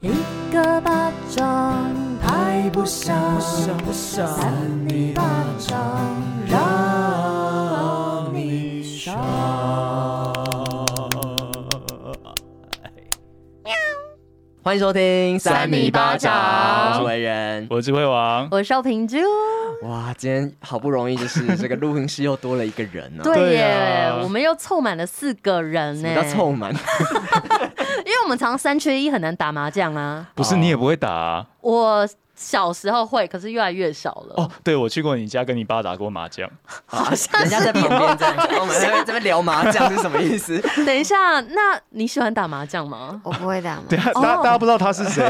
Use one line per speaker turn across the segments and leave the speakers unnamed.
一个巴掌拍不响，
不想
三你巴掌让你伤。
欢迎收听
三米巴掌
我是为人。
我是慧王，
我是邵平珠，
哇，今天好不容易就是这个录音室又多了一个人呢、啊。
对耶，
啊
我们又凑满了四个人
什
呢，
么叫凑满？
因为我们常三缺一，很难打麻将啊。
不是你也不会打啊
我小时候会，可是越来越少了。
哦？对，我去过你家跟你爸打过麻将，
好像人家在旁边这样，然后我们在这边聊麻将是什么意思？
等一下，那你喜欢打麻将吗？
我不会打麻
对
将，
啊，大
哦
大家不知道他是谁，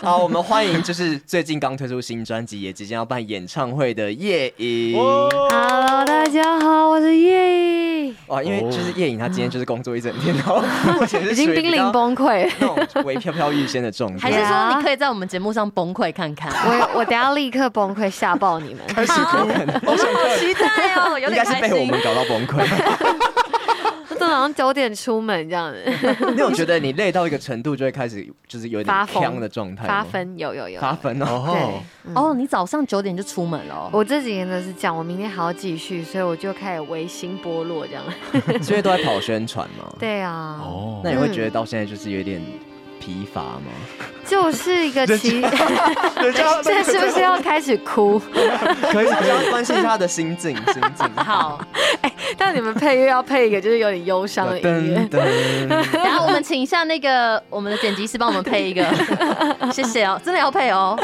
好，我们欢迎就是最近刚推出新专辑，也即将要办演唱会的叶颖。
哦
Hello，大家好，我是叶怡，
哇，因为就是叶颖她今天就是工作一整天，然后目前是
已经
属于
濒
比较
临崩溃。
那种微飘飘欲仙的状
还
态
是。
对
说
啊
你可以在我们节目上崩溃看看？
我我等下立刻崩溃，吓爆你们！
开始哭，
我们好期待哦，有
应
点
该是
开
被我
心
们。搞到崩溃。
真的好像九点出门这样子，
你有觉得你累到一个程度，就会开始就是有
发
点
疯
呛的状态
发
吗？
疯有有有。
发粉
对
哦，，
哦，你早上九点就出门了哦。
我这几天都是这样，我明天还要继续，所以我就开始微心剥落这样。
所以都在跑宣传嘛。
对啊，
哦
那你会觉得到现在就是有点疲乏吗？
就是一个奇，
人家
这是不是要开始哭？
可以，要关心一下他的心境，心境。
好，
但你们配乐要配一个就是有点忧伤的音乐
噔。噔，
然后我们请一下那个我们的剪辑师帮我们配一 个，谢谢哦，真的要配哦。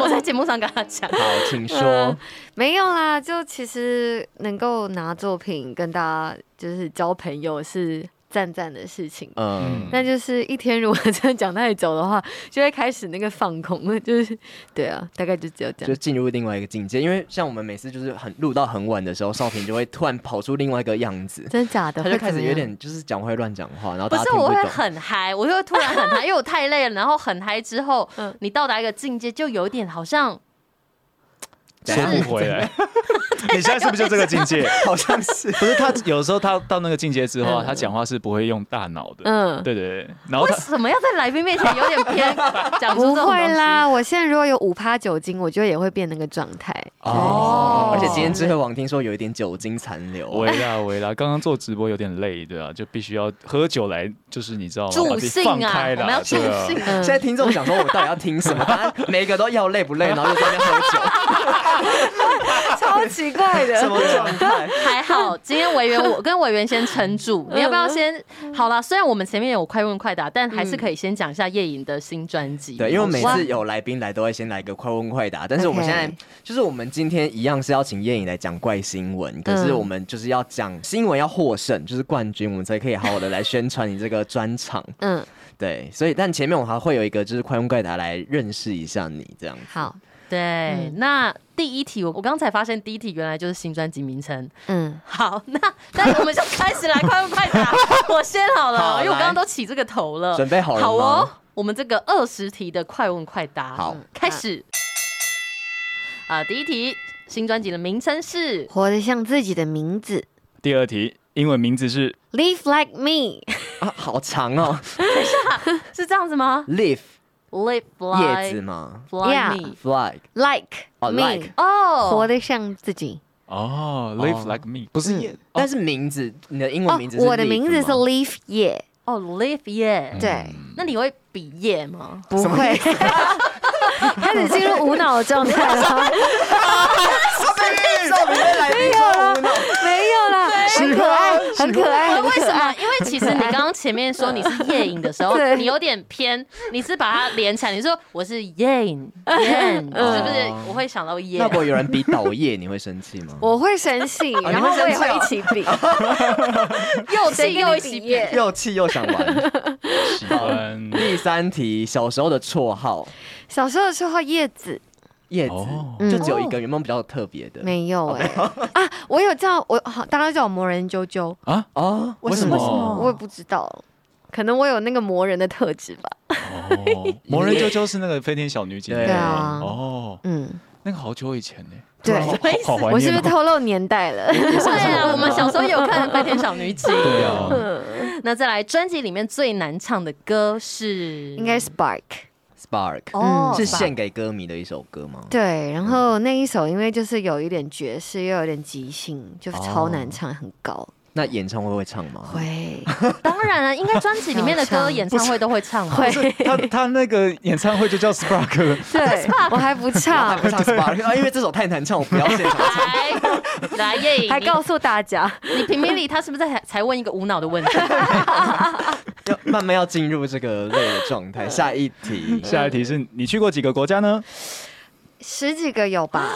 我在节目上跟他讲，
好，请说。
没有啦，就其实能够拿作品跟大家就是交朋友是赞赞的事情。
嗯，
那就是一天，如果真的讲太久的话，就会开始那个放空了，就是对啊，大概就只有这
就
样。
进入另外一个境界，因为像我们每次就是很录到很晚的时候，少平就会突然跑出另外一个样子，
真假的？
他就
会怎
开
么
始
样
有点就是讲会乱讲话，然后
不
大家
是
听
我会
懂。
很嗨，我就会突然很嗨，因为我太累了，然后很嗨之后
嗯，
你到达一个境界，就有一点好像
收不回来。你现在是不是就这个境界？
好像是。
不是他有时候他到那个境界之后啊，
嗯
他讲话是不会用大脑的，
嗯，
对对对，然后
为
他
什么要在来宾面前有点偏讲出
不
这种
会
东西？
啦。我现在如果有五趴酒精，我觉得也会变那个状态。
哦
哦，
而且今天智慧王听说有一点酒精残留，啊
维啦维啦，刚刚做直播有点累，对啊，就必须要喝酒来，就是你知道吗？把
助
自己
兴
放
啊，
开
我
啦
们要助
对啊
兴。
现，
嗯
在听众想说，我到底要听什么？大家每一个都要累不累，然后又在那边喝酒，
超奇怪
什。么状态？
还好，今天委员我跟委员先撑住，
嗯
你要不要先？好啦，虽然我们前面有快问快答，但还
嗯
是可以先讲一下叶颖的新专辑。
对，因为每
哇
次有来宾来都会先来一个快问快答，但是我们
OK
现在就是我们今天一样是要请叶颖来讲怪新闻，可是我们就是要讲新闻要获胜，就是冠军，我们才可以好好的来宣传你这个专场。
嗯，
对，所以但前面我还会有一个就是快问快答来认识一下你这样。
好，
对，
嗯
那第一题，我我刚才发现第一题原来就是新专辑名称。
嗯，
好， 那那我们就开始来快问快 答，我先好了，
好
因为我
来
刚刚都起这个头了。
准备好了吗
好哦，我们这个二十题的快问快答，
好
嗯开始。啊，第一题，新专辑的名称是
活得像自己的名字
第二题，英文名字是
，Live like me。
啊，好长哦
是这样子吗
，leaf
？Live
叶
fly
子嘛
fly
Yeah
me。
，flag
like
哦
me，、
like
哦，
活得像自己。
哦，Live
哦
Like Me，不是叶
但是名字，你哦的英文名字是
哦我的
Leaf
名字是
吗
Leaf 叶，
哦，live 耶，
对，
那你会比耶吗？
不会， 开始进入无脑的状态了，
少平的来宾说无脑
没有啦，很可爱，很可爱，很
为
可
什
爱。
么？因为其实你刚刚前面说你是夜影的 时候，
对
你有点偏，你是把它连起来，你说我是夜 影，夜影是不是？我会想到夜
那。如果有人比倒夜，你会生气吗？
我会啊生气，
会
然后我
生
也
气
会
哦
一起比，
又气
谁跟
又
你
喜
比
别
耶？
又气又想玩。
喜欢
第三题，小时候的绰号
小时候的时候叶子
叶
哦
子，就只有一个，有没有比较特别的？
没有哎、 啊，我有叫我好，大家都叫我魔人啾啾，
啊，
哦，为什
为什么
么？
我也不知道，可能我有那个魔人的特质吧。
哦，魔人啾啾是那个飞天小女警，
对
对啊
哦，
嗯，
那个好久以前呢，
对嗯
好
什么意思
好怀
我是不
念
是
哦。
透露年代了？
对啊，我们小时候有看《白天小女警》。
对啊，
那再来，专辑里面最难唱的歌是
应该 Spark。嗯
Spark，、
哦，
是献给歌迷的一首歌吗？
对，然后那一首因为就是有一点爵士，又有点即兴，就超
哦
难唱，很高。
那演唱会会唱吗？
会，
当然啊了，应该专辑里面的歌演唱会都会唱吧。
会
他他那个演唱会就叫 Spark 了，
对，我还 不唱，
会唱 Spark 啊，因为这首太难唱，我不要现场。
来来耶，
还
你
告诉大家，
你评评理，他是不是才才问一个无脑的问题？
要慢慢要进入这个累的状态。下一题，
下一题
嗯
是你去过几个国家呢？
十几个有吧？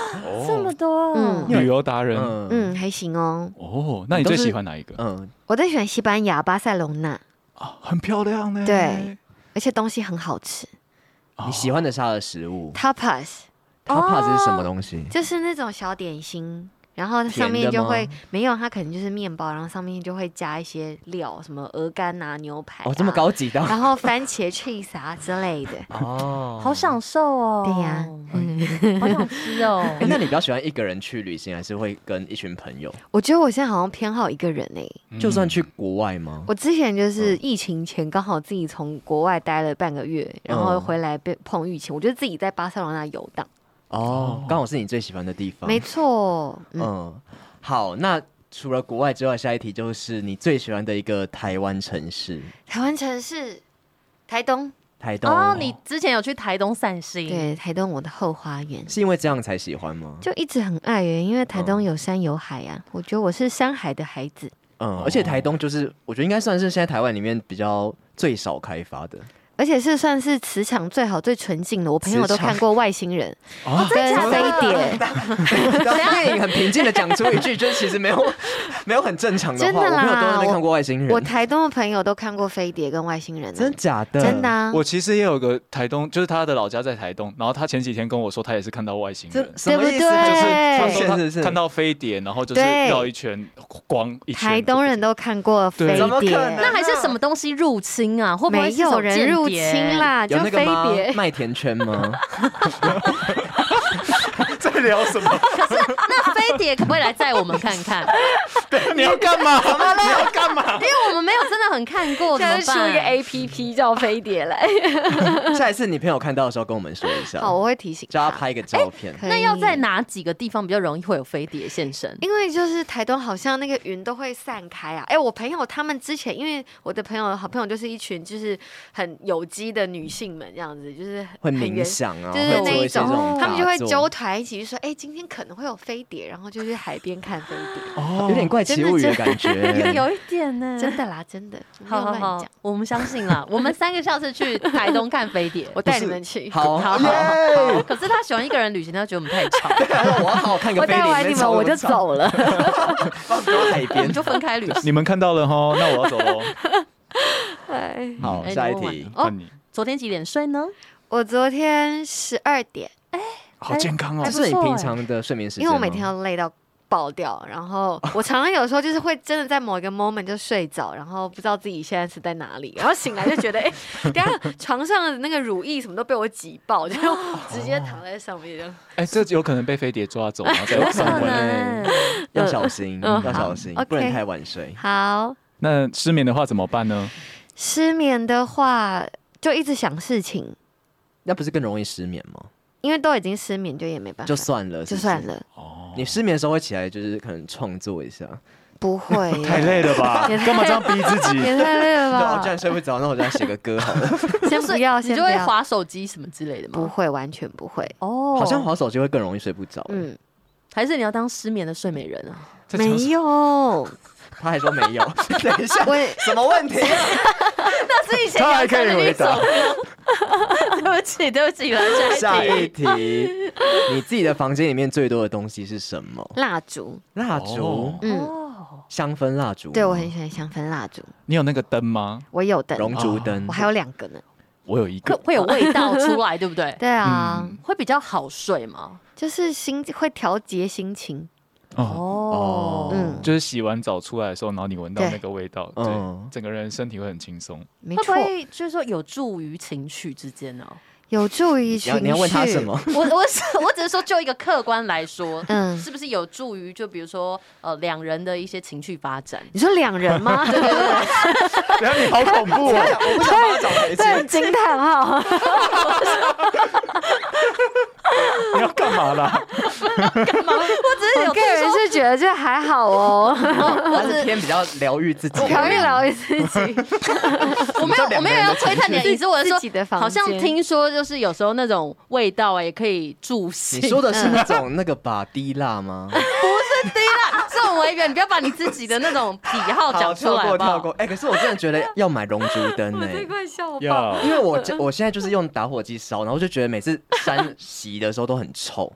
这么多，
嗯
旅游达人。
嗯嗯
嗯，还行哦。
哦，那你
都
最
是
喜欢哪一个？
嗯，
我最喜欢西班牙巴塞隆纳，
啊，很漂亮呢。
对，而且东西很好吃
你喜欢的是它的食物，
，tapas
它怕这是什么东西？
就是那种小点心。然后它
甜
上
的
面就
吗
会没有，它可能就是面包，然后上面就会加一些料，什么鹅肝啊、牛排、
哦，这么，高级的
然后番茄 cheese 啊之类的。
哦，
好享受哦。
对呀
嗯好想吃哦。
哎。那你比较喜欢一个人去旅行，还是会跟一群朋友？
我觉得我现在好像偏好一个人哎、
就算去国外吗？
我之前就是疫情前刚好自己从国外待了半个月，然后回来被碰疫情，我觉得自己在巴塞罗那游荡，
哦，刚好是你最喜欢的地方。
没错，嗯，
嗯，好，那除了国外之外，下一题就是你最喜欢的一个台湾城市，
台湾城市，台东，
台东。
哦，你之前有去台东散心，
对，台东我的后花园，
是因为这样才喜欢吗？
就一直很爱耶，因为台东有山有海啊，我觉得我是山海的孩子，
嗯，而且台东就是我觉得应该算是现在台湾里面比较最少开发的。
而且是算是磁场最好、最纯净的，我朋友
磁
都
场
看过外星人
啊
跟
真的假
飞
的
碟，
然后电影很平静的讲出一句，就是其实没有没有很正常的
真
话，
的
我
啦
朋友都在那边看过外星
我
人，
台东的朋友都看过飞碟跟外星人啊、
真假的？
真的、啊，
我其实也有个台东，就是他的老家在台东，然后他前几天跟我说，他也是看到外星
这
人，
什么意思？
对不对
就是
他
对
说
是是
他
是
看到飞碟，然后就是
对
绕一圈光一圈。
台东人都看过飞
对
碟，
怎
么可能
那还是什么东西入侵啊？会不会
没
是种
有人入
间谍
侵？啦，就
有那个
飞
吗？
碟。
麦田圈吗？
在聊什么？
那飞碟可不可以来载我们看看？
你要干嘛？你要干嘛？
因为我们没有真的很看过，怎么办？
A P P 叫飞碟 来，
下一次你朋友看到的时候跟我们说一下，
好，我会提醒
叫他拍个照片。
可以
那要在哪几个地方比较容易会有飞碟现 身？
因为就是台东好像那个云都会散开啊。哎、我朋友他们之前，因为我的朋友好朋友就是一群就是很有机的女性们这样子，就是
会
很很
冥
原
想啊，
就是
会
那
做
一
一些
种
这种
他们就会
打坐
揪团一起去说，哎、今天可能会有飞碟，然后就去海边看飞 碟。
哦
有点怪奇物语的感
有
觉。
有一点呢
真的啦，真的，我没
好
有
好
乱
好
讲。，
我们相信 啦。我们三个下次去台东看飞碟，
我带你们去，
好，
好好好好。可是他喜欢一个人旅行，他觉得我们太吵，
我要好好看个
我
飞碟，
带完你们我就
了，
走 了。
放丢海
我们
边。
就分开旅行。
你们看到了哈，那我要走喽。
对
好，
哎
下一
你问
题
完，
哦，你
昨天几点睡呢？
我昨天十二点，哎
好健康哦
这。是你平常的睡眠时间
因
吗，
为我每天都累到爆掉，然 后我常常有时候就是会真的在某一个 moment 就睡着，然后不知道自己现在是在哪里，然后醒来就 觉得，哎、等一下床上的那个乳液什么都被我挤爆，就直接躺在上面这样。
哎，这有可能被飞碟抓走，啊然后
哎
再送
可
回来。
能
要小心，
嗯
要小心
好，
不能
OK
太晚睡。
好，
那失眠的话怎么办呢？
失眠的话就一直想事情，
那不是更容易失眠吗？
因为都已经失眠，就也没办法，
就算了，
啊就是
不是
算。了，
哦，
你失眠的时候会起来，就是可能创作一下，
不会耶
太累了吧？
也太
干嘛这样逼自己？
也太累了
对 啊，我居
吧
然？睡不着，那我就要写个歌好 了。
先不要，
你
先
就
不
会
要，
划手机什么之类的
不
吗？
会，完全不会。
哦
好像滑手机会更容易睡不着。嗯，
嗯，
还是你要当失眠的睡美人啊？
在
没
讲什么
有，我
他还说没 有，等一下，什么问题？
是以前
他还可以回答。
对不起，对不起，来
下
一
一
题。
题，你自己的房间里面最多的东西是什么？
蜡烛，
蜡烛
哦、
嗯，
哦，
香氛蜡烛吗，
对我很喜欢香氛蜡烛，
你有那个灯吗？
我有的，哦
熔烛灯
我，还有两个呢。
我有一
会
个。嗯
会有味道出来， 对不对？
对
嗯
啊，
会比较好睡吗？
就是心会调节心情，
哦，
哦，
嗯，
就是洗完澡出来的时候，然后你闻到
对
那个味道，
嗯
对，整个人身体会很轻松。
没
会
错
不，会就是说有助于情绪之间呢？
有助于
你
情
要
绪。
你要问他什？么？
我我是我只是说，就一个客观来说，
嗯
是不是有助于就比如说呃两人的一些情绪发展？
你说两人吗？ 对对对，
然后你好恐怖哦！
我不想帮他找台
对，惊叹 号。
你要干嘛啦？
我只是有
我个人是觉得这还好哦，
他是偏比较疗愈自己，
疗愈疗愈自 己。
我没有我没有要窥探你的意思，我是
自己的
说
房
好像
间
听说就是有时候那种味道啊也可以助兴。
你说的是那种
嗯
那个吧滴蜡吗？
这种委员，你不要把你自己的那种癖好
好，
哦讲出
跳
来
过
好不好
跳过。哎，可是我真的觉得要买龙珠 灯哎。
快笑我爆！
要
因为我我现在就是用打火机烧，然后就觉得每次山洗的时候都很 臭。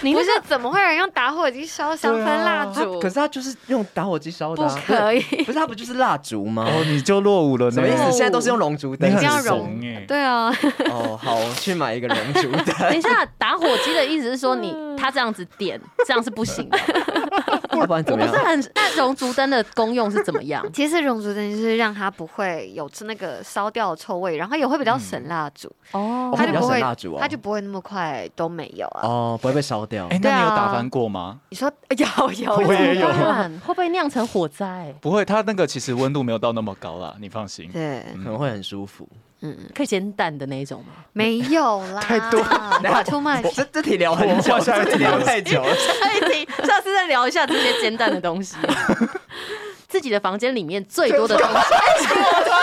你
不
那
是怎么会有人用打火机烧香氛蜡
啊
它
烛？
可是它就是用打火机烧的、啊，
不可以
不是它不就是蜡烛吗？
哦，你就落伍了呢，
什么意思？现在都是用龙珠灯，
你
一定要
很
融
怂哎。
对啊，？
哦，好，我去买一个龙珠
等
灯，
一下，打火机的意思是说你他这样子点，这样是不行的。
要不然怎
我
么
不是
样？
很那熔烛灯的功用是怎么样
其实熔烛灯就是让它不会有那个烧掉的臭味，然后也会比较省蜡烛，
哦
哦
它
比
就
较
不
省
会
蜡烛哦
它就不会那么快都没有啊。
哦，不会被烧掉。
哎，
对
那
啊
你有打翻过吗？
你说 有有
我也有
当然会不会酿成火灾？
不会，它那个其实温度没有到那么高啦，你放心。
对，
可能会很舒 服。
可以减胆的那一种 吗？
没有啦，太 多，too
我
much。
这这题聊很
我
久，
换下一
这
题
题聊太久了。
下一题，哎下次再聊一下这些煎蛋的东 西。自己的房间里面最多的东西，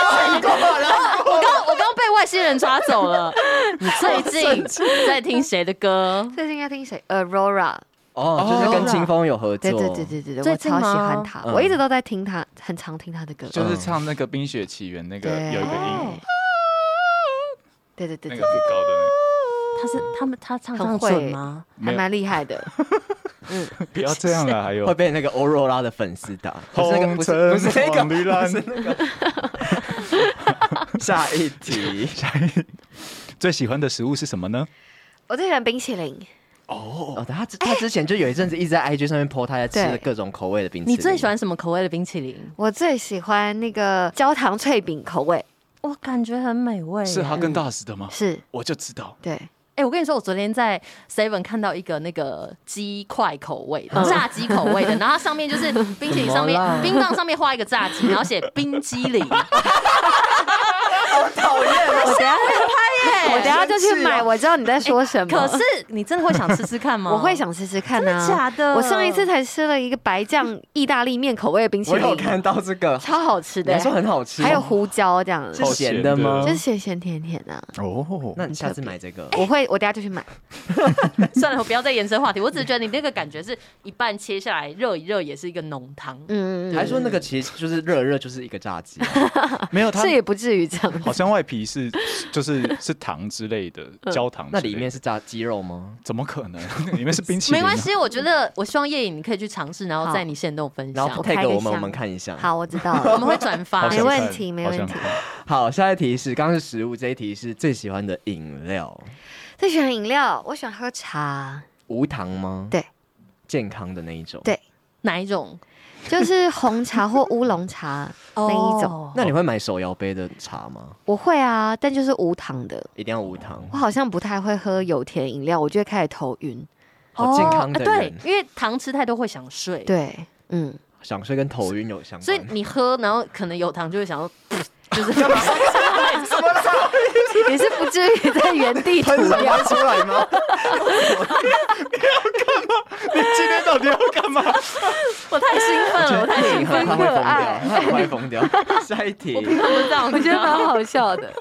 我刚我刚被外星人抓走 了。你最近在听谁的歌？
最近要听谁？Aurora，
哦，就是跟清风有合作。
对对对对对对，
最
我
近
超喜
吗
欢他，
嗯
我一直都在听他，很常听他的歌。
就是唱那个《冰雪奇缘》那个
对，哦
有一个音，
对对对
那
对
个很高的
他是他们他唱
很
唱
会
准吗？
对，还蛮厉害的。
那个，不要这样啊！还有
会被那个欧若拉的粉丝打，不是那个，不是不是
红
那个，
橙黄绿蓝
不是那个。下一 题，
最喜欢的食物是什么呢？
我最喜欢冰淇淋，
哦，他之他之前就有一阵子一直在 IG 上面 po 他在吃
对
各种口味的冰淇淋。
你最喜欢什么口味的冰淇淋？
我最喜欢那个焦糖脆饼口味，
我感觉很美味耶。
是哈根达斯的吗？
是
我就知道，
对，
哎、我跟你说，我昨天在 Seven 看到一个那个鸡块口味的、炸鸡口味的，然后它上面就是冰淇淋上面
怎么啦
冰棒上面画一个炸鸡，然后写冰激凌。
讨厌哦
我等下
哎
我等下就去买，我知道你在说什么。
可是你真的会想吃吃看吗？
我
哦
会，想吃吃看
真
啊，
的假的？
我上一次才吃了一个白酱意大利面口味的冰淇
我有
淋，
看到这个，
超好吃
你
的
还，说很好吃，哦
还有胡椒这样，
是
子，
好
咸的
咸
吗
就
的
是咸咸甜甜的。
哦，
那你下次买这个，
我会，我等下就去买。
算了，我不要再延伸话题。我只是觉得你那个感觉是一半切下来热一热，也是一个浓汤。
嗯，嗯嗯
还说那个其实就是热热就是一个炸 鸡，
没有它
嗯这也不至于这样。
好像外皮是就是是糖之类的焦糖之
那
类的，
里面是炸鸡肉吗？
怎么可能？ 里面是冰淇淋，啊
没关，系，我觉得我希望叶颖你可以去尝试，然后在你线动分
然
享
后
我，开
tag
个
我们，
箱
我们看一下。
好，我知道
我
了，
们会转发
好。
没
想
问
看
题，
好
没问
想
题。
看
好，下一题是刚刚是食物，这一题是最喜欢的饮料，
最喜欢饮料，我喜欢喝茶，
无糖吗？
对，
健康的那一种。
对
哪一种？
就是红茶或乌龙茶 那一种。
哦
那你会买手摇杯的茶吗？
我会啊，但就是无糖的。
一定要无糖
我。好像不太会喝有甜饮料，我就会开始头晕。
好健康的
哦啊
人，
对，因为糖吃太多会想睡，，
对， 嗯，
想睡跟头晕有相关。
所以你喝，然后可能有糖就会想 要，就是
也是不至于在原地吐掉。
出来吗？
你今天到底要干嘛？
我太兴奋了，我太
电影
兴
很
奋
快
了，
会疯掉，他很快疯 掉。下一题，
我这样，
啊我觉得蛮好笑的，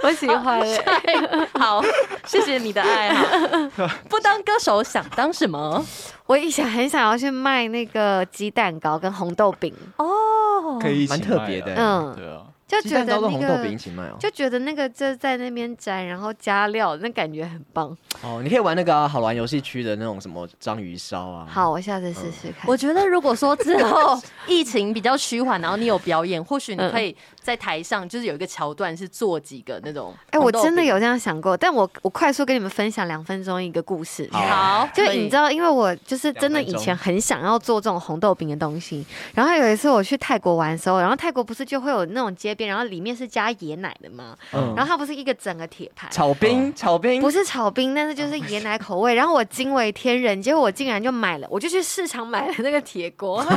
我喜欢、欸。
得 好，谢谢你的爱哈。 不当歌手想当什么？
我以前很想要去卖那个鸡蛋糕跟红豆饼，
哦，
可以一起
蛮特别的
卖啊
嗯
对啊，
就
鸡
觉
蛋
得
糕跟
那
红豆饼一
个
起卖哦。
就觉得那个就在那边沾，然后加料，那感觉很棒。
哦，你可以玩那个啊好玩游戏区的那种什么章鱼烧啊。
好，我下次试试看。
我觉得如果说之后疫情比较趋缓，然后你有表演，或许你可以在台上就是有一个桥段是做几个那种。
哎、我真的。有这样想过，但我我快速跟你们分享两分钟一个故事。
好
好，
就
可以
你知道，因为我就是
两
真的
分
以
钟
前很想要做这种红豆饼的东西。然后有一次我去泰国玩的时候，然后泰国不是就会有那种街边，然后里面是加椰奶的吗？
嗯
然后它不是一个整个铁盘，
炒冰，炒冰
不是炒冰，但是就是椰奶口味。然后我惊为天人，结果我竟然就买了，我就去市场买了那个铁锅，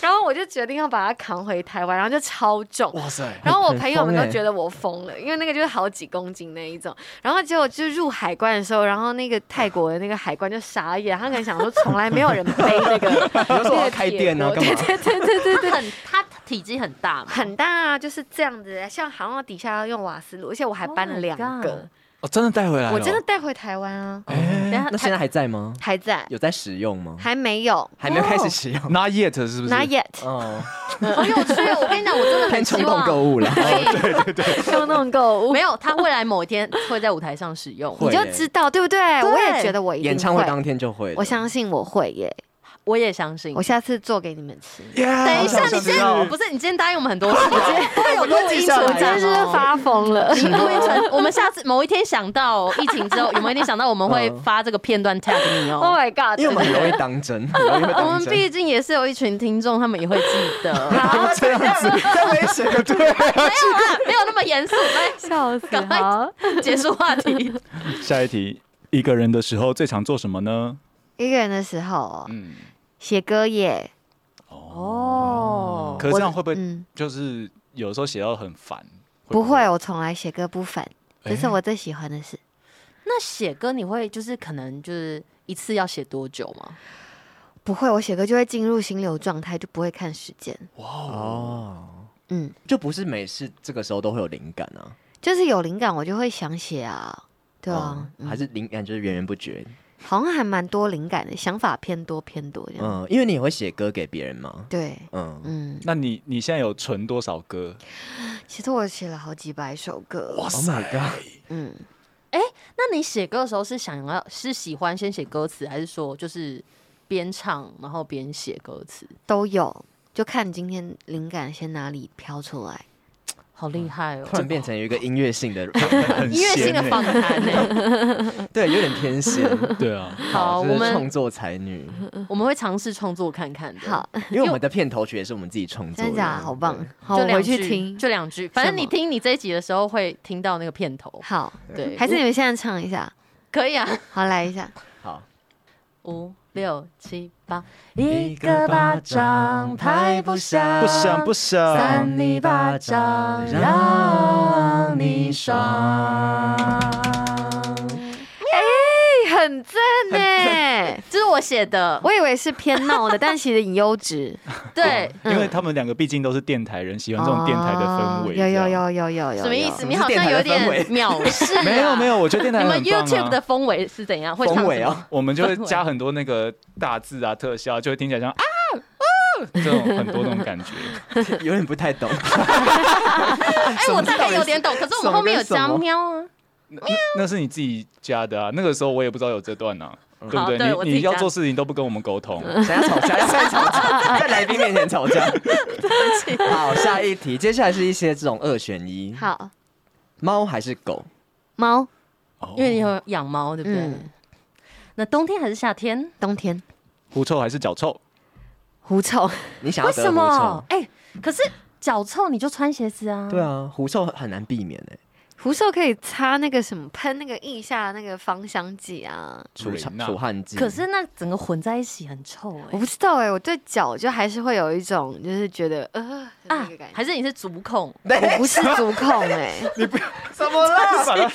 然后我就决定要把它扛回台湾，然后就超重。
哇塞，
然后我朋友们
很
都
疯欸
觉得我疯了，因为那个就是好几公斤那一种。然后结果就入海关的时候，然后那个泰国的那个海关就傻眼，他可能想说从来没有人背那个，
你就说我要开店啊，干嘛？
对对对对对。
它很它体积很大嘛，
很大啊，就是这样子，像好像底下要用瓦斯炉，而且我还
Oh
搬了
my
两
God
个，
哦，真的带回来了，
我真的带回台湾啊，
哎
等一下
那现在还在吗？
还在，
有在使用吗？
还没有，
还没有开始使用。
，Not yet 是不是
Not yet，
哦，
好有趣哦！我跟你讲，我真的
偏
很
冲
希
动
望
购物了。
哦对
冲动购物
没。有，他未来某一天会在舞台上使用。
会
你就知道对不对？我也觉得我一定
演唱会当天就会了，
我相信我会耶，
我也相
嗯
信
我。下次做给你们 吃。
等
等
一下，你今天不是你今天答应我们很多次， 我今天有录音存
真是
档哦。
发疯 了。
你录音存，我们下次某一天想到哦疫情之后，有没有一天想到我们会发这个片段 tag 你
Oh
哦？
my god！
因为我们很容易当真，很容易会
我
当
们
真。
毕竟也是有一群听众，他们也会记 得。
要这样子，在威胁 就对了。
没有啦，没有那么严肃。
笑 死
赶快
好
来结束话题。
下一题，一个人的时候最常做什么呢？
一个人的时候哦
嗯，
写歌耶，
哦
可是这样会不会
嗯，
就是有时候写到很烦？
不会，我从来写歌不烦，这是
哎
我最喜欢的事。
那写歌你会就是可能就是一次要写多久吗？
不会，我写歌就会进入心流状态，就不会看时间。
哇哦，
哦，
嗯，
就不是每次这个时候都会有灵感啊，
就是有灵感我就会想写啊，对啊，
嗯还是灵感就是源源不绝。
好像还蛮多灵感的，想法偏多偏多这样。
嗯，因为你也会写歌给别人嘛。
对，
嗯，
嗯，
那你你现在有存多少 歌？
其实我写了好几百首歌，
，Oh my god，
嗯，
那你写歌的时候是想要是喜欢先写歌词，还是说就是边唱然后边写歌词？
都有，就看今天灵感先哪里飘出来。
好厉害哦！
突然变成有一个音乐性的，
很
音乐性的
闲欸
访谈呢？
对，有点偏心。
对啊，
好，
就是
我
创
们
作才女，
我们会尝试创作看看的。
好，，
因为我们的片头曲也是我们自己创作
真
的，
的假的？好棒
对，
好，
就
我
两
回
句
去听。
就两句。反正你听你这一集的时候会听到那个片头，
好，
对，
还是你们现在唱一下，
可以啊。
好来一下。
好，
五六七八，
一个巴掌拍不响
不想不想，
扇你巴掌
嗯
让你爽。
哎，很正呢，
这是我写的。
我以为是偏闹的，但其实很优质。
对，
因为他们两个毕竟都是电台人，喜欢这种电台的氛围。
哦有有
这样。
有有有有，
什么意思？
有
你好像有点藐视、啊。
没有没有，，我觉得电台
你
很棒、啊、
们 YouTube 的氛围是怎样？会唱
风
什
尾
么？
哦，
我们就会加很多那个大字啊、特效，就会听起来像啊。啊这 种很多那种感觉，
有点不太 懂。
哎，我大概有点懂，可是我们后面有
什
加
么跟什么
喵啊。
那那是你自己加的啊。那个时候我也不知道有这段呢、啊，对
嗯好
不对？
对我自
你
己
你要
加嗯
做事情都不跟我们沟通，
想要吵架，要在吵架，在来宾面前吵 架。好，下一题，接下来是一些这种二选一，
好，
猫还是狗？
猫
哦
因为你有养猫，对不对
嗯？
那冬天还是夏天？
冬天
狐臭还是脚臭？
狐臭，
你想
为
要得
什
狐
么
臭？？
哎，可是脚臭你就穿鞋子啊。
对。啊，狐臭很难避免哎，
狐臭可以擦那个什么，喷那个腋下那个芳香剂啊。
除
瑞娜
除汗剂。
可 是那整个混在一起很臭
我
哎
不知道哎、我对脚就还是会有一种，就是觉得呃的那
啊
个感！觉。
还是你是足控？
我不是足控哎、
怎么了？
把它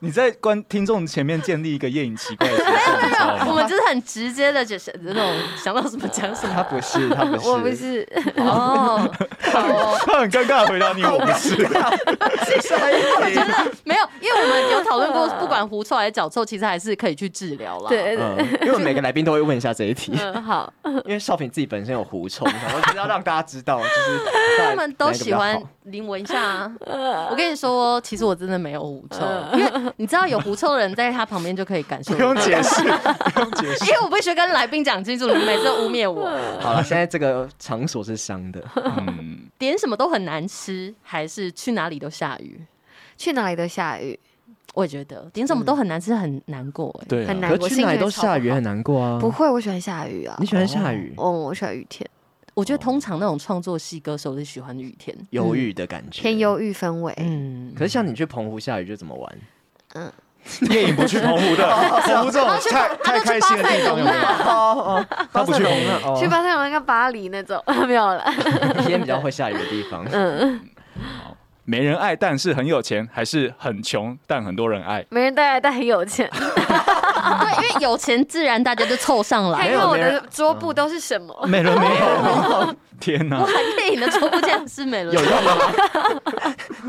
你在观听众前面建立一个夜影奇怪的形象，你知
哦
道
我
吗？
们就是很直接的，就是那种想到什么讲 什
他
么。
不是，他不是，
我不。是，
哦，好哦。
他很尴尬的回答你，我不是。
下一题，
没有，因为我们有讨论过，不管狐臭还是脚臭，其实还是可以去治疗啦。，
对对，
嗯，因为每个来宾都会问一下这一题，
嗯好，
因为少平自己本身有狐臭，然后就是要让大家知道，就是
他们都喜欢
哪一个比较好
林文夏、啊。我跟你说，哦其实我真的没有狐臭，因为你知道有狐臭的人在他旁边就可以感受
不用
到。
解释，不用 解释。
因为我必须
嗯
跟来宾讲清楚，你每次都污蔑我。
好了，现在这个场所是香的，
嗯，
点什么都很难吃，还是去哪里都下雨？
去哪里都下雨，
我也觉得点什么都很难吃，很难过哎、
对啊，
很难
可去哪里都下雨很难过啊。
不会，我喜欢下雨啊
你。喜欢下雨，
哦，我喜欢雨天，
我觉得通常那种创作系歌手都喜欢雨天，
忧郁的感觉，
嗯偏。忧郁氛围。
嗯，
可是像你去澎湖下雨就怎么玩？
嗯
电影不去澎湖的，
澎湖这种太太开心的地方有没有？哦 哦，
他不去澎湖
去
哦，
巴塞罗那跟巴黎那种 没有了，
一天比较会下雨的地方。
嗯
没人爱，但是很有钱，还是很穷，但很多人爱。
没人带来，但很有钱。
啊对，因为有钱自然大家就凑上
看
来。
看我
没
的
人嗯
桌布都是什么？
没人没有， 天哪
哇！，电影的桌布竟然是美
有
伦，
用吗？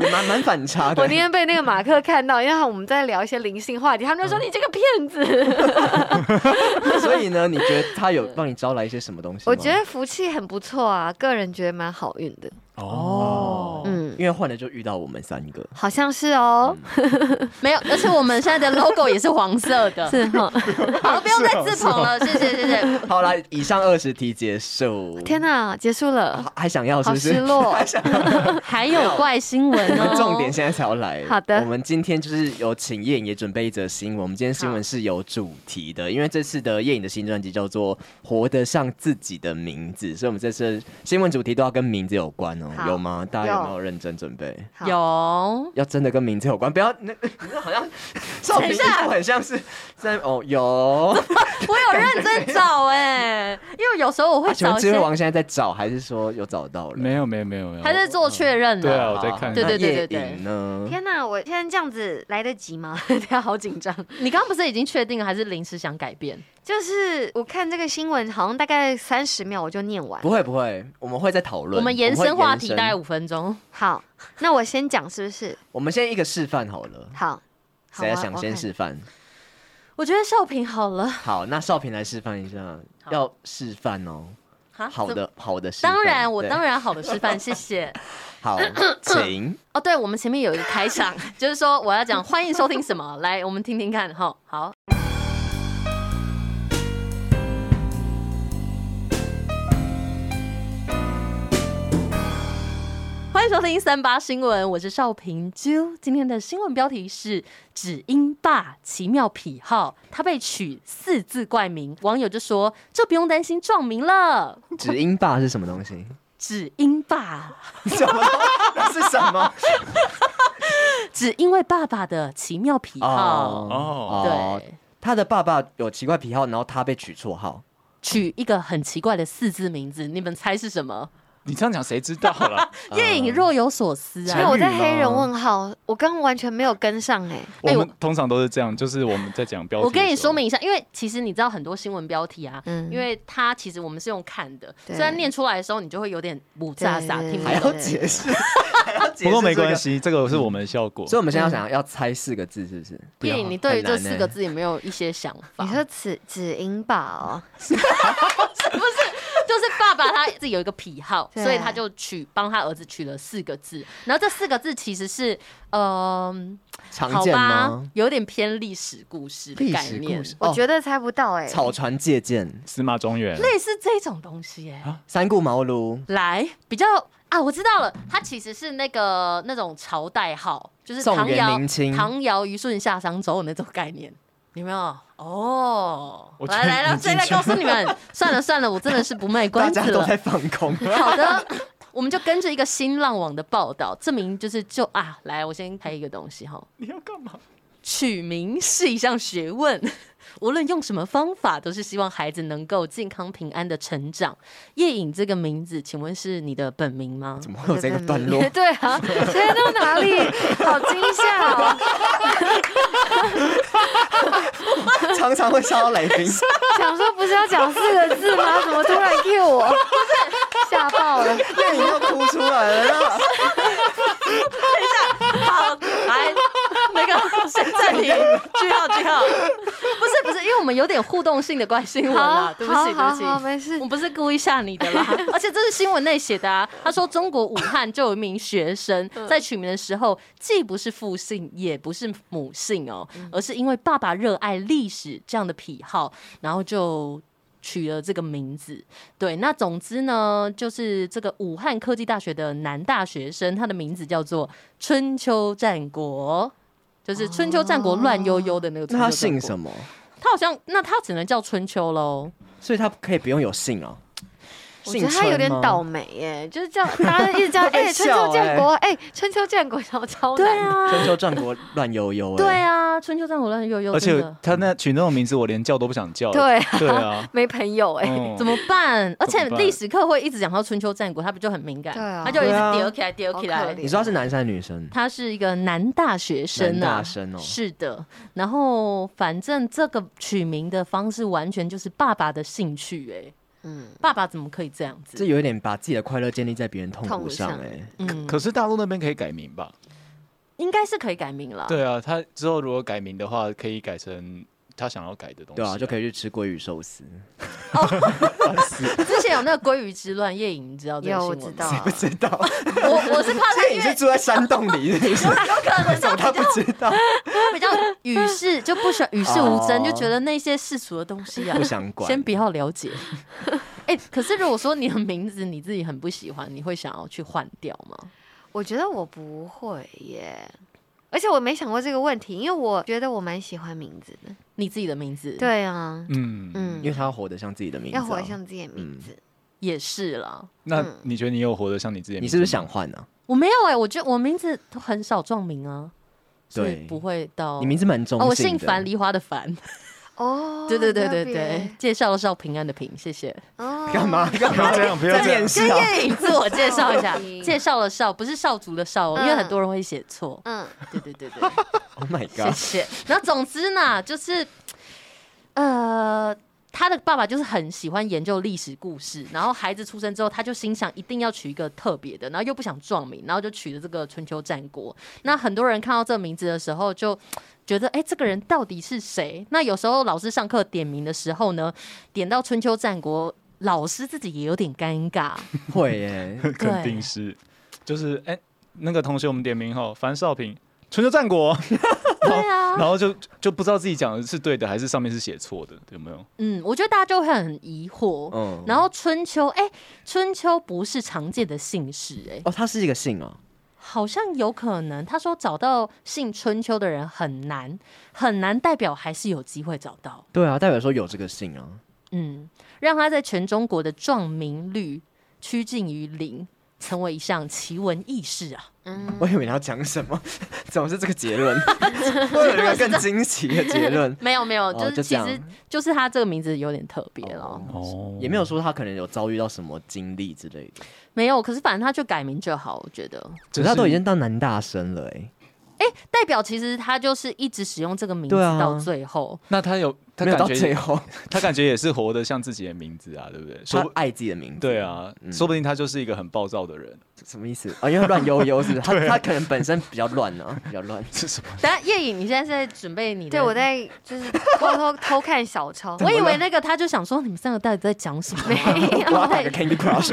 也蛮蛮反差
我
的
那。天被那个马克看到，因为我们在聊一些灵性话题，他们就
嗯
说你这个骗子。
所以呢，你觉得他有帮你招来一些什么东西吗？
我觉得福气很不错啊，个人觉得蛮好运的。
哦，
嗯，
因为换了就遇到我们三个，
好像是哦，
嗯
没有，而且我们现在的 logo 也是黄色的。
是 哈。
好了，不用再自捧了，谢谢谢谢。
好啦，以上二十题结束。
天哪，结束了，
还想要是
好
不是？
失 落。
还有怪新闻哦，
重点现在才要来。
好的
我们今天就是有请叶颖也准备一则新闻。我们今天新闻是有主题的，因为这次的叶颖的新专辑叫做《活得像自己的名字》，所以我们这次新闻主题都要跟名字有关哦，
好
有吗？大家有
有
没有认真准备？
好
有
要真的跟名字有关，不要那 好像少平一副很像是在哦有，
我有认真找哎、因为有时候我会
啊请问
找一
智慧
些，
王现在在找，还是说有找到了？哦
没有没有没有没有，
还在做确认
对
呢、
啊我在看
对对对对
那叶颖呢？
天哪，我现在这样子来得及吗？ 等一下好紧张。
你刚刚不是已经确定了，还是临时想改变？
就是我看这个新闻，好像大概三十秒我就念完
不。会不会，我们会再讨论。
我们延
会
伸话题大
延
概
伸
五分钟。
好，那我先讲是不是？
我们先一个示范好了。
好，好
啊
谁来
我
想
我
先
看
示范？
我觉得少平好了，
好，那少平来示范一下，
好
要示范哦。
哈
好。的，好的示范。
当然，我当
然
然好的示范，谢谢。
好，请
哦，对，我们前面有一个开 场，就是说我要讲欢迎收听什么，来，我们听听看哈。好，欢迎收听三八新闻，我是邵平啾。今天的新闻标题是“只因爸奇妙癖好”，他被取四字怪名，网友就说这不用担心撞名了。
指音霸是什么东西？
只因爸，
什么？那 是什么？
只因为爸爸的奇妙癖 好。
哦，
对，
他的爸爸有奇怪癖好，然后他被取绰号。
取一个很奇怪的四字名字，你们猜是什么？
你这样讲谁知道 了？
啊
叶颖若有所思
因为
啊
我，在
成语吗
黑人问号，我刚完全没有跟上哎、
嗯
我
哎
们通常都是这样，就是我们在讲标题。
我跟你说，明一下，因为其实你知道很多新闻标题啊，
嗯
因为它其实我们是用看的，
对
虽然念出来的时候你就会有点不炸傻，
对
听不
还
懂。
要 解释，还要解释
不过没
这个
关。系，这个是我们的效果
所以，。我们现在要想要猜四个字，是不是？
叶嗯颖，你对于这
很难
四
欸
个字有没有一些想法？
你 说指指音吧哦，
就是爸爸他自己有一个癖好，
对
所以他就取帮他儿子取了四个字，然后这四个字其实是，嗯、
常
好
见
吧
吗？，
有点偏历史故事的
历
概
史
念
故，事，
我
哦
觉得猜不到哎、
草船借箭、
司马 中原，
类似这种东西耶、
三顾茅庐、
来比较啊，我知道了，它其实是那个那种朝代号，就是
宋
唐
元
尧
明清
唐尧虞舜夏商周的那种概念，有没有？哦，
我
来
觉得
来来，
你
谁
进
来
去
告诉你们？算了算了，我真的是不卖
大
关子
家都
了。
在放 空。
好的，我们就跟着一个新浪网的报道，证明就是就啊，来，我先开一个东西哈。
你要干嘛？
取名是一项学问， 无论用什么方法，都是希望孩子能够健康平安的成长。叶颖这个名字，请问是你的本名吗？
怎么会有这个段落？
对啊，猜到哪 里？好惊吓哦！
常常会烧到来 宾。
想说不是要讲四个字吗？怎么突然 Q 我？吓爆了！
那你要哭出来了啦！
好，来，那个先暂停，句号句号，不是不是，因为我们有点互动性的关新闻啦
好，，
对不起对
好
不
好好，
起。
没事
我。不是故意吓你的啦，而且这是新闻内写的啊。他说中国武汉就有一名学生在取名的时候，既不是父姓，也不是母姓哦，而是因为爸爸热爱历史这样的癖好，然后就取了这个名字。对，那总之呢，就是这个武汉科技大学的男大学生，他的名字叫做春秋战国，就是春秋战国乱悠悠的那个
哦那
春秋
他
战
姓
国
什么？
他好像，那他只能叫春秋喽。
所以他可以不用有姓哦。
我觉得他
姓
有点
春吗
倒霉耶，就是这样，大家一直 叫哎、
被
春
笑哎
秋建国，哎、春秋建国，然后超
对
难的。
啊，
春秋战国乱悠悠、欸。
对啊，春秋战国乱悠悠，
而
真
且
的
他那取那种名字，我连叫都不想叫。
对
对啊，
没朋友 哎、
嗯
怎么办？而且
怎么办
历史课会一直讲到春秋战国，他不就很敏感？
对啊
他就一直
对啊
叠起来，叠起
好可
来
怜。
你知道是男生还是女生？
他是一个男大学生
男
啊，
大生哦
是的。然后反正这个取名的方式完全就是爸爸的兴趣、哎，
嗯，
爸爸怎么可以这样
这
子？
有一点把自己的快乐建立在别人痛苦上、
痛苦
哎，
嗯，
可是大陆那边可以改名吧？
应该是可以改名了。
对啊，他之后如果改名的话，可以改成他想要改的东西。
对啊，就可
以。
以去吃鲑鱼寿司。
之前有那个鲑鱼之乱，夜影你知道这个
有
新
我
闻吗
知道，
不知道，
哦我我是 怕他
所以你
越
是住在山洞 里，是不是？
有可能
怎么他不知道？
比较与世就不喜欢与世无争，
哦
就觉得那些世俗的东西啊
不，想管。
先不要了解。 哎、可是如果说你的名字你自己很不喜欢，你会想要去换掉吗？
我觉得我不会耶，而且我没想过这个问题，因为我觉得我蛮喜欢名字的。
你自己的名字，，
对啊，
嗯嗯，
嗯
因，为他要活得像自己的名字、嗯啊。
要活像自己的名字。
也是啦。
那
嗯
你觉得你有活得像你自己？
你是不是想？换啊呢、
我没有哎、我觉得我名字都很少撞名啊，所以
对
不会到
你名字蛮中性的。
哦，我姓樊，梨花的樊，
哦，
对对对
特
对
别
对，，介绍的是要平安的平，谢谢。
哦，
干嘛？干嘛
这样不要
在
这样
面试啊？
电影自我介绍一下
好奇，
介绍了少，不是少族的少哦，因为很多人会写错。
嗯，
对对对对。
Oh my
谢
god！
谢。那总之呢，就是呃，他的爸爸就是很喜欢研究历史故事，然后孩子出生之后，他就心想一定要取一个特别的，然后又不想撞名，然后就取了这个春秋战国。那很多人看到这个名字的时候就。觉得哎、诶这个人到底是谁？那有时候老师上课点名的时候呢，点到春秋战国，老师自己也有点尴尬。
会耶、
肯定是，就是哎、那个同学我们点名后，樊少平，春秋战 国，
对啊，
然后就就不知道自己讲的是对的，还是上面是写错的，有没有？
嗯，我觉得大家就会很疑惑。
嗯，
然后春秋，哎、春秋不是常见的姓氏、哎，
哦，他是一个姓哦，
好像有可能。他说找到姓春秋的人很难，很难代表还是有机会找到。
对啊，代表说有这个姓啊，
嗯，让他在全中国的撞名率趋近于零，成为一项奇闻异事啊！
我以为你要讲什么， 总是这个结
，
论，我有一个更惊奇的结论
没有没有，
哦
就是
就
其
这样
实、就是他这个名字有点特别了。
哦
也没有说他可能有遭遇到什么经历之类的，
没有，可是反正他就改名就好，我觉得。
只是他都已经到男大生了、欸，
代表其实他就是一直使用这个名字
对啊
到最后，
那他有他
没有
感
到
觉
最后，
他感觉也是活得像自己的名字啊，对不对？说
他
不
爱自己的名字，
对，啊，
嗯
说不定他就是一个很暴躁的人。
什么意思啊？因为乱悠悠是不 是他、他可能本身比较乱啊， 比较乱，
是什么？
等下叶颖，你现在是在准备你的？
对，我在就是偷偷偷看小抄，
我以为那个他就想说你们三个到底在讲什么？没
哎
我要打个 Candy Crush，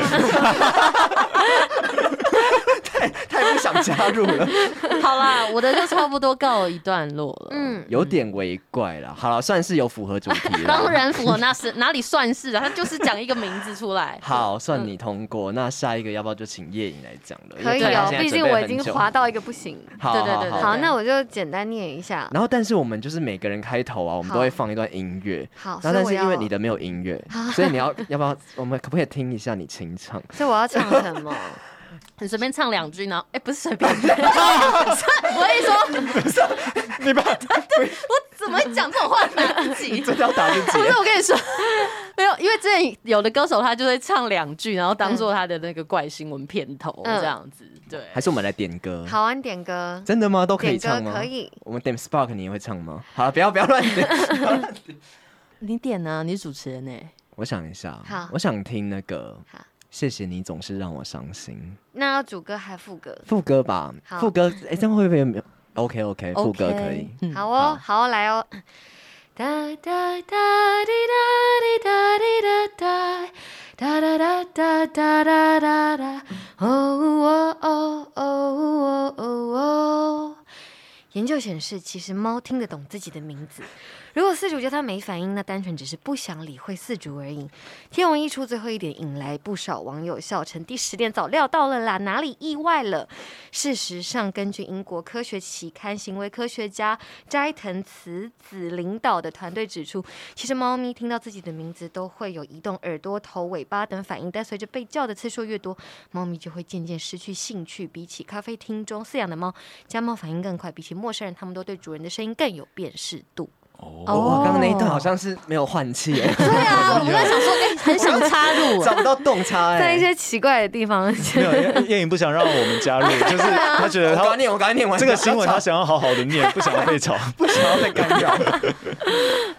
太太不想加入了。
好啦，我的就差不多告一段落了。嗯，
嗯，
有点为怪了。好了，算是有符合主题了。
当。然符合那是哪里算是啊？他就是讲一个名字出 来。
好，算你通过。那下一个要不要就请叶颖来讲了？
可以
因为大啊
哦
家，现在
毕竟
准备
我
很
已经
久
滑。 到一个不行。
好
对对
好
对
好
对
好，那我就简单念一下。
然后，但是我们就是每个人开头啊，我们都会放一段音乐。
好，所
然后，但
以我
是因为
要，
你的没有音乐，所以你要要不要？我们可不可以听一下你清唱？
所以我要唱什么？
你随便唱两句呢？哎，不是随 便，是我一说，
你把
我怎么会讲这种话呢？自 己
这要打自己
不。是我跟你说， 没有，因为之前有的歌手他就会唱两句，然后当做他的那个怪新闻片头
嗯
这样子。对，
还是我们来点歌？
好，啊，你点歌，
真的吗？都可以
点歌
唱吗？
可。以。
我们点 Spark，你也会唱吗？好了，不要不要乱 点。
你点呢？你是主持人呢？
我想一下，
好
我想听那个
好。
谢谢你总是让我伤心。
那要主歌还副歌？
副歌吧，
好
副歌，哎、这样会不会没有？OK OK，副歌可以。
嗯
好哦，好来哦。哒哒哒滴哒滴哒滴哒哒，哒哒哒哒哒哒哒，哦哦哦哦哦哦哦。研究显示，其实猫听得懂自己的名字。如果饲主叫它没反应，那单纯只是不想理会饲主而已。天文一出，最后一点引来不少网友笑称：“第十点早料到了啦，哪里意外了？”事实上，根据英国科学期刊《行为科学家》斋藤慈子领导的团队指出，其实猫咪听到自己的名字都会有移动耳朵、头、尾巴等反应，但随着被叫的次数越多，猫咪就会渐渐失去兴趣。比起咖啡厅中饲养的猫，家猫反应更快，比起陌生人，它们都对主人的声音更有辨识度。
哦，哇，刚刚那一段好像是没有换气耶，
对啊，我们在想说，哎、
很想插入， 啊
找不到洞察
在一
哎。
些奇怪的地 方，
没有，燕燕颖不想让我们 加入，就是
啊
他觉得
我赶快
他
念，我赶快念完
这个新闻他想要好好的念，不想要被吵。
不想要被干扰。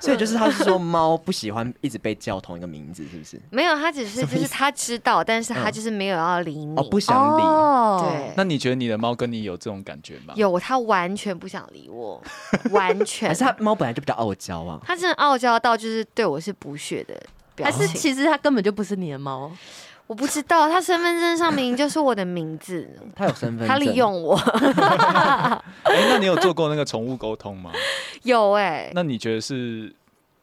所以就是他是说猫不喜欢一直被叫同一个名字，是不是？
没有，它只是就是它知道，但是它
嗯
就是没有要理你。
哦，不想理。
哦
对，
那你觉得你的猫跟你有这种感觉吗？
有，它完全不想理我， 完全
还。是它猫本来就比较傲娇啊？
它真的傲娇到就是对我是不屑的表
还
情。
是其实它根本就不是你的猫，
我不知道，它身份证上明明就是我的名字，
它有 身份证，
它利用我。
哎、那你有做过那个宠物沟通吗？
有哎、
那你觉得是？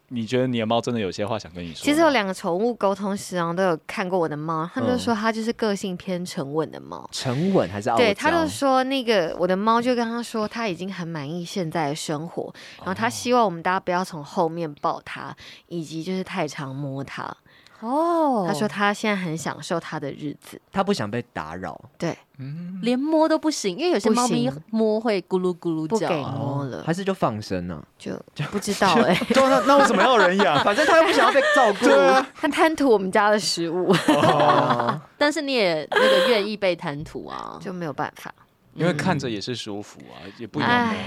你觉得你的猫真的有些话想跟你说吗？
其实有两个宠物沟通师，然后都有看过我的猫，他们
嗯
就说它就是个性偏沉稳的猫。
沉稳还是傲娇？
对，他就说那个我的猫就跟他说，他已经很满意现在的生活，然后
哦
他希望我们大家不要从后面抱他，以及就是太常摸他。
哦
他说他现在很享受他的日子。
它不想被打扰。
对，
嗯，
连摸都不行，因为有些猫咪
不行
摸会咕噜咕噜
不
叫
给
啊，
摸哦了
哦还是就放生呢、
就不知道哎、
对啊那那为什么要有人养？ 啊
反正它又不想要被照顾。
他贪图我们家的食物，
哦
但是你也那个愿意被贪图啊，
就没有办法。
因为看着也是舒服啊，也不一定要摸了。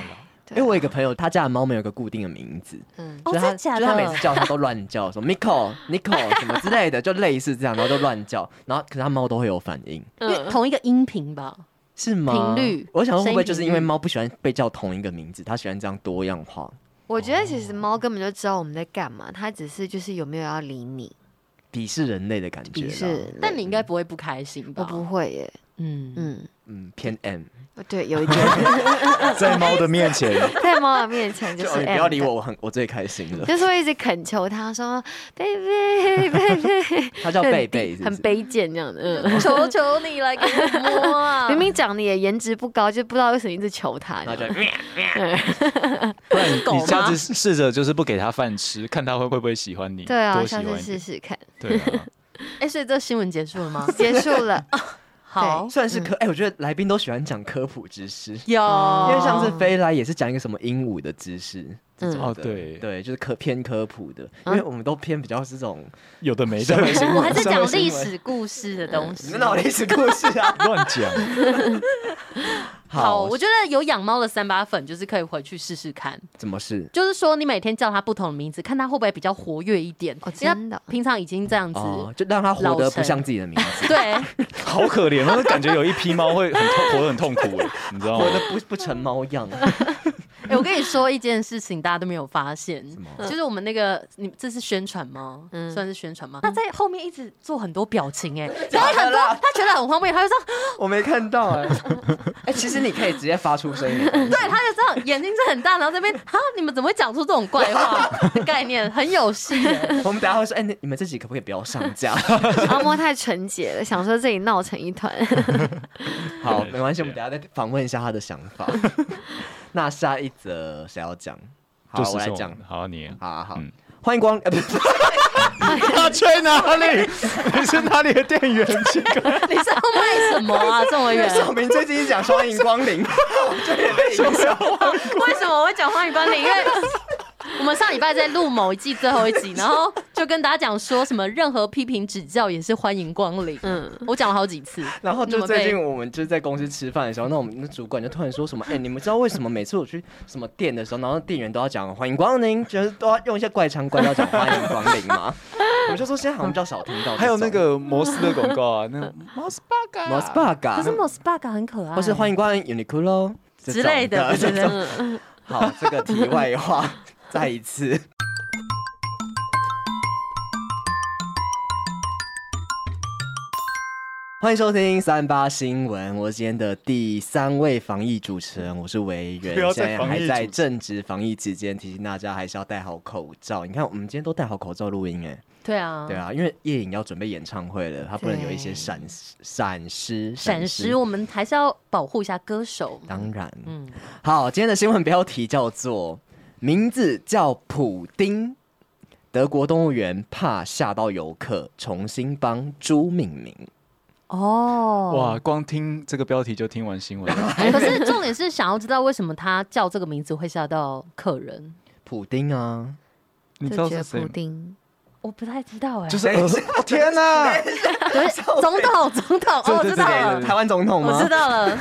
对
因为我有一个朋友，他家的猫没有一个固定的名字，
嗯，
哦
所以
真
他
的假的
就他每次叫他都乱叫，什么 Nico、Nico 什么之类的，就类似这样，然后都乱叫，然后可是他猫都会有反应，
因为同一个音频吧，
是吗？
频率
我想说会不会就
声
是
音频率
因为猫不喜欢被叫同一个名字，它喜欢这样多样化，
我觉得其实猫根本就知道我们在干嘛，它只是就是有没有要理你。
鄙视人类的感觉
鄙
啦。
视，
但你应该不会不开心吧？
我不，会耶。
嗯 嗯，
嗯，
嗯，偏 M，
对，有一点
在猫的面 前，
在猫的面前 就
就是哦你不要
M
理
的
我，我很我最开心了。
就是会一直恳求他说：“baby baby”，
它叫贝贝，是不
很
是？
卑贱这样的。嗯，
求求你来给我摸 啊！
明明长得也颜值不高，就不知道为什么一直求他。
然后就
不然你
狗吗
你下次试着就是不给它饭吃，看它会会不会喜欢你，
对啊，
多喜
下
欢
次
一
试
点。
试看。
对啊，
哎，所以这新闻结束了 吗？
结束了，
好，
算是科，哎、我觉得来宾都喜欢讲科普知识，
有，
因
因
为
哦
上次飞来也是讲一个什么鹦鹉的知识。这种
嗯哦
的
对
对，就是科偏科普的，因
嗯
为我们都偏比较是这种
有的没的，
我还在
社会
讲
新
历
闻。
史故事的东
你
西
们。脑历史故事啊
乱讲。
好，我觉得有养猫的三八粉就是可以回去试试看。
怎么是？
就是说，你每天叫它不同的名字，看它会不会比较活跃一点。
哦
因为它
真的
平常已经这样子，
哦，就让它活得
老
不
成
像自己的名字，
对，
好可怜哦，我感觉有一批猫会很痛，活得很痛苦哎，你知道吗
活？得不不成猫 样。
欸我跟你说一件事情，大家都没有发现
么，
就是我们那个你这是宣传吗？
嗯
算是宣传吗？他在后面一直做很多表情，哎， 然后
假的
很多
啦
他觉得很荒谬，他就这样，
我没看到 哎、哎，其实你可以直接发出声音。
对，他就这样，眼睛是很大，然后这边啊，你们怎么会讲出这种怪话的概念？很有戏欸，
我们等一下会说，哎、你你们这集可不可以不要上 架？
阿莫太纯洁了，想说自己闹成一团。
好，没关系，我们等一下再访问一下他的想 法。那下一则谁要讲？好，
就是
我来
这种
讲。
好你。
好啊好，
嗯
欢迎光，呃，不 是，
他吹哪里？你是哪里的店员？奇怪，
你是要卖什么啊，郑委
因为
员？
小明最近一讲欢迎 光临，我就也被影响。
为什么我会讲欢迎光临？因为我们上礼拜在录某一季最后一集，然后就跟大家讲说什么任何批评指教也是欢迎光临。
嗯，
我讲了好几次，
然后
你
就
们被
最近我们就在公司吃饭的时候，那我们的主管就突然说什么，哎、你们知道为什么每次我去什么店的时候，然后店员都要讲欢迎光临，就是都要用一些怪腔怪调讲欢迎光临吗？我就说现在好像比较少听到这种，
还有那个摩斯的广告啊，那个摩斯 bug 啊
m o s b a g
可是
a
Moss Bug 很可爱，
或是欢迎光临 Uniqlo 这
之
种
类的，我觉
这种
得
好，这个题外话再一次。欢迎收听三八新闻，我是今天的第三位防疫主持人，我是维源
不要，
现
再
在
防疫
还在
主持
正值防疫期间，提醒大家还是要戴好口罩。你看，我们今天都戴好口罩录音，哎，
对
嗯
啊，
对啊，因为夜影要准备演唱会了，他不能有一些
对
闪闪失
闪失，我们还是要保护一下歌手。
当然，
嗯，
好，今天的新闻标题叫做名字叫普丁，德国动物园怕吓到游客，重新帮猪命名。
哦，
哇，光听这个标题就听完新闻了。
哎可是重点是想要知道为什么他叫这个名字会吓到客人，
普丁啊，
你知
就
道是
觉得
谁
布
吗？
丁，
我不太知道哎、
就是 呃天哪！
对总统总统哦，我知
对对对
道
对
了，
台湾总统吗？
我知道了，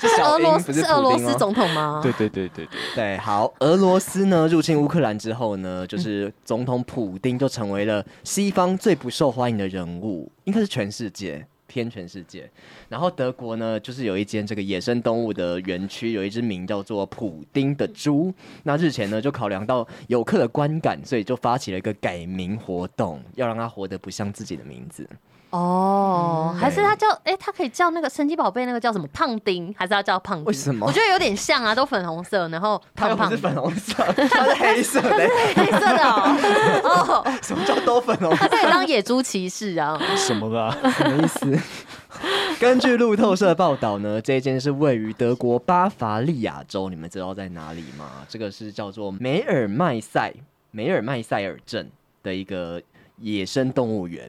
是 小
俄罗
英，
斯
不
是
普
俄罗
丁哦
斯总统吗？
对对对对对，
对，好，俄罗斯呢入侵乌克兰之后呢，就是总统普丁就成为了西方最不受欢迎的人物，应该是全世界。偏全世界，然后德国呢，就是有一间这个野生动物的园区，有一只名叫做普丁的猪。那日前呢，就考量到游客的观感，所以就发起了一个改名活动，要让它活得不像自己的名字。
哦，还是
对
他叫哎、他可以叫那个神奇宝贝那个叫什么胖丁，还是他叫胖丁？
为什么
我觉得有点像啊，都粉红色，然后
它又
胖胖
不是
的，
粉红色，它是黑色的，欸
黑色的哦，哦，
什么叫都粉红色
他可以当野猪骑士啊。
什么啦？
什么意思？ 根据路透社报道呢，这一间是位于德国巴伐利亚州，你们知道在哪里吗？这个是叫做梅尔麦塞梅尔麦塞尔镇的一个野生动物园。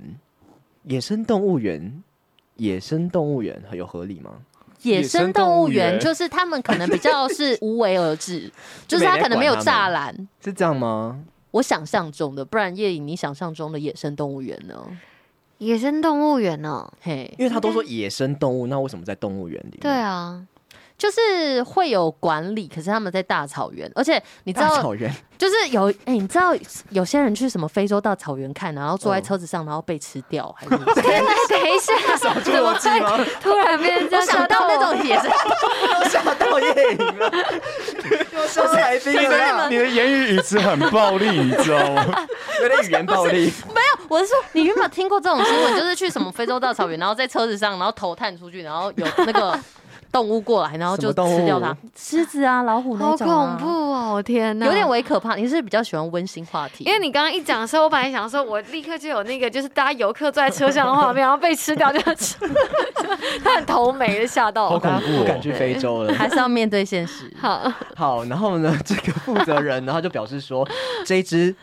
野生动物园，野生动物园有合理吗？
野生动物园
野生动物园
就是他们可能比较 是无为而治，就是他可能没有栅栏。
是这样吗？
我想象中的，不然叶颖，你想象中的野生动物园呢？
野生动物园哦，
嗯
嘿，
因为他都说野生动物，那为什么在动物园里面？
对，啊，
就是会有管理，可是他们在大草原，而且你知
大
道，
草原
就是有哎、你知道有些人去什么非洲大草原看，然后坐在车子上，然后被吃掉， 还是
天哪，等一 下，怎么会 突然变
我
成
想到那种野生，
又 吓到夜影了，又吓到来宾
可是你
了，
们
你的言语语词很暴力，你知道吗？
有点语言暴力。
我是说，你有没有听过这种新闻？就是去什么非洲大草原，然后在车子上，然后头探出去，然后有那个动物过来，然后就
什么动物
吃掉它，狮子啊、老虎那
好
种啊、
恐怖哦，天哪，
有点为可怕。你是不是比较喜欢温馨话题，
因为你刚刚一讲的时候，我本来想说，我立刻就有那个，就是大家游客坐在车上的画面，然后被吃掉，就是 他很头没的吓到
好
我。
恐怖
不
哦
敢！去非洲 了。
还是要面对现实。
好，
好，然后呢，这个负责人呢，他就表示说，这一只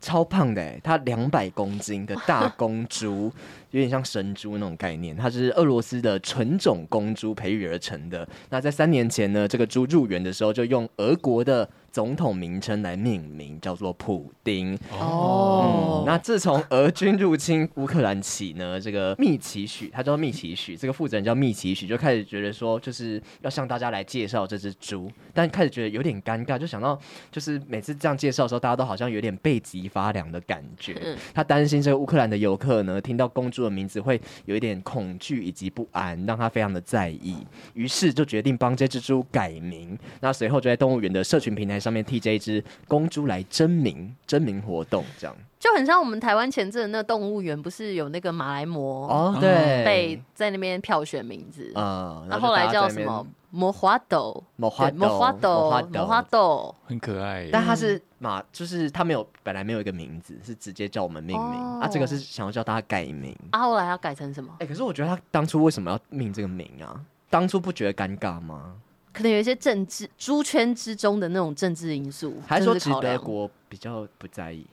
超胖的、欸，它两百公斤的大公猪， 有点像神猪那种概念，它是俄罗斯的纯种公猪培育而成的。那在三年前呢，这个猪入园的时候，就用俄国的总统名称来命名，叫做普丁。
哦
嗯，那自从俄军入侵乌克兰起呢，这个密奇许，他叫密奇许，这个负责人叫密奇许，就开始觉得说，就是要向大家来介绍这只猪，但开始觉得有点尴尬，就想到就是每次这样介绍的时候，大家都好像有点背脊发凉的感觉。他担心这个乌克兰的游客呢，听到公猪的名字会有一点恐惧以及不安，让他非常的在意，于是就决定帮这只猪改名。那随后就在动物园的社群平台上面替这一只公猪来征名，征名活动这样。
就很像我们台湾前阵的那动物园，不是有那个马来貘
哦，对，
被在那边票选名字，
呃，
然
然
后
后
后
就
来
大家
叫
在那
什
边
么？魔花斗，
摩花
对魔花
斗，
斗，魔花
斗。
斗。
很可爱。
但它是马，就是它没有本来没有一个名字，是直接叫我们命名、
哦
啊。这个是想要叫大家改名。
啊，后来要改成什么？
哎、可是我觉得他当初为什么要命这个名啊？当初不觉得尴尬吗？
可能有一些政治猪圈之中的那种政治因素，
还是说
政治
其
考
实德
量
国比较不 在意？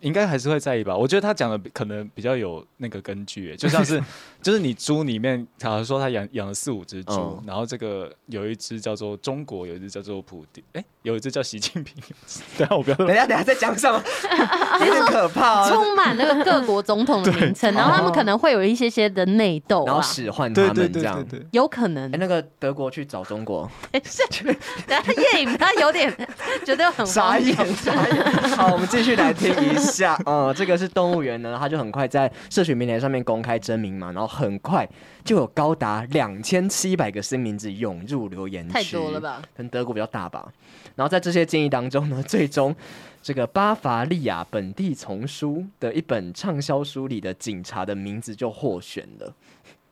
应该还是会在意吧？我觉得他讲的可能比较有那个根据，欸就像 是就是你猪里面，假如说他养养了四五只猪，
嗯
然后这个有一只叫做中国，有一只叫做普丁，哎、有一只叫习近平。等一下我 不要
等一
乱，
下，等一下再讲什么？ 有点可怕 啊！
充满那个各国总统的名 称，然后他们可能会有一些些的内斗
然后
啊，
使唤
对
他
对
们
对
这样。
对对，
有可能
哎、。那个德国去找中国，
但叶颖他有点 觉得很
傻
荒
眼
谬，，
傻眼。好，我们继续来听一下。 嗯，这个是动物园呢，它就很快在社群平台上面公开征名嘛，然后很快就有高达两千七百个新名字涌入留言区，
太多了？吧？
可能德国比较大吧。然后在这些建议当中呢，最终这个巴伐利亚本地丛书的一本畅销书里的警察的名字就获选了。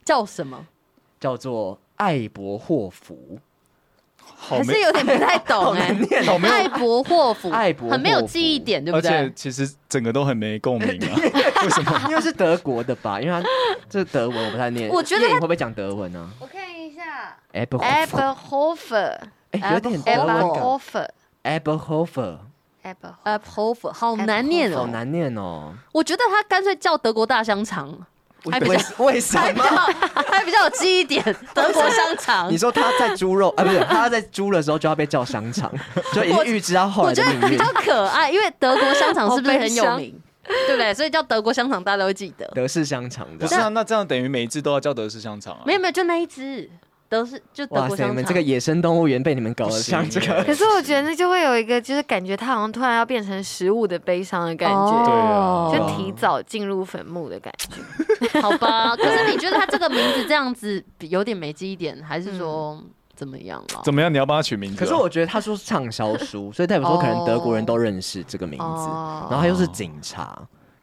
叫什么？
叫做艾伯霍夫。
好
还是
没，
有点 不太懂哎、
哦
好没有
艾伯霍夫，
艾伯霍夫
很没有记忆点，对不
而且
对？
其实整个都很没共鸣 啊。
因 为是德国的吧？因为它这德文我不太念。
我觉得
叶颖
它
会不会讲德文啊呢、
我看一下
啊、？Eberhofer，
，Eberhofer，
哎，有
Oh
点德文感。
Eberhofer，Eberhofer，
Eberhofer，
呃 p o f 好难念
好
哦、
难念哦。
我觉得他干脆叫德国大香肠， 还比较
为为
哎
什么？
还比较有记忆点。德国香肠
你，说他在猪肉啊，不是他在猪的时候就要被叫香肠，就已经预知到后
我
来的
觉得
命
比
运
较。可爱，因为德国香肠是不是
好悲
很有
伤
名？对不对？所以叫德国香肠，大家都会记得。
德式香肠
不
的
是。啊，那这样等于每一次都要叫德式香肠啊？
没有没有，就那一只，德是就德
哇
国
塞，
香
你
肠。
们这个野生动物园被你们搞得像这个。
可是我觉得那就会有一个，就是感觉他好像突然要变成食物的悲伤的感觉，
哦
对
就提早进入坟墓的感觉。
好吧。可是你觉得他这个名字这样子有点没记忆点，还是说怎么样啊？
怎么样？你要帮他
哦
取名字啊？
可是我觉得他说是畅销书，所以代表说可能德国人都认识这个名字，
哦
然后他又是警察，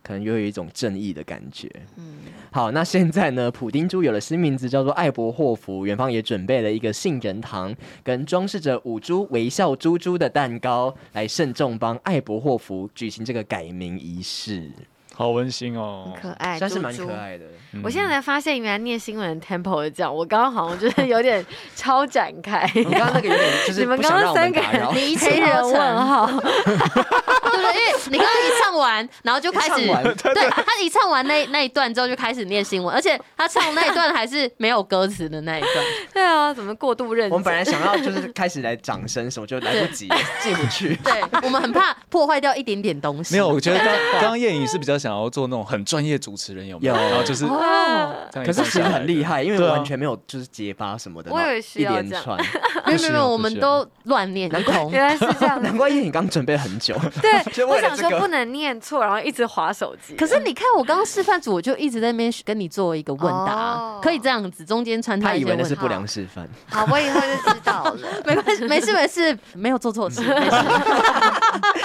可能又有一种正义的感觉。
嗯，
好，那现在呢，普丁猪有了新名字，叫做艾伯霍夫。远方也准备了一个杏仁糖跟装饰着五株微笑猪猪的蛋糕，来慎重帮艾伯霍夫举行这个改名仪式，
好温馨哦。
可爱，
算是蛮
哎猪
可
猪。
爱的。嗯
我现在才发现，原来念新闻的 tempo 是这样。我刚刚好像就是有 点超展开。
你刚刚那个有点 就是
你们
不想
刚
让
刚
我们
三个
打
人
扰，，
你 一气
黑人
呵成
问号，
对不对？因为你刚刚一唱完，然后就开
一
始
唱 完，
对他一唱完那那一段之后就开始念新闻，而且他唱那一段还是没有歌词的那一段。
对啊，怎么过 度认
我们
真？
本来想要就是开始来掌声什么，就来 不及，进不去。
对我们很怕破坏掉一点点东西。
没有，我觉得刚 刚刚燕颖是比较想要做那种很专业主持人，有没有？
有
然后就是，
哦，
可
可是其实很厉害，因为
对啊
完全没有就是结巴什么的，
我以为
然后
需
一
要
连
这样
串。
没有没有没有，我们
不是啊
都乱念一通。
原来是这样。
难怪叶颖刚准备很久，
对，
就
我
为了
想
这
说
个
不能念错，然后一直划手机。
可是你看，我刚刚示范组我就一直在那边跟你做一个问答
哦，
可以这样子，中间穿
他
插一
以
些
为
问
那是
题。
不良示范。
好，我以后就知道了。
没关系，没事没事，没有做错事。
嗯
没事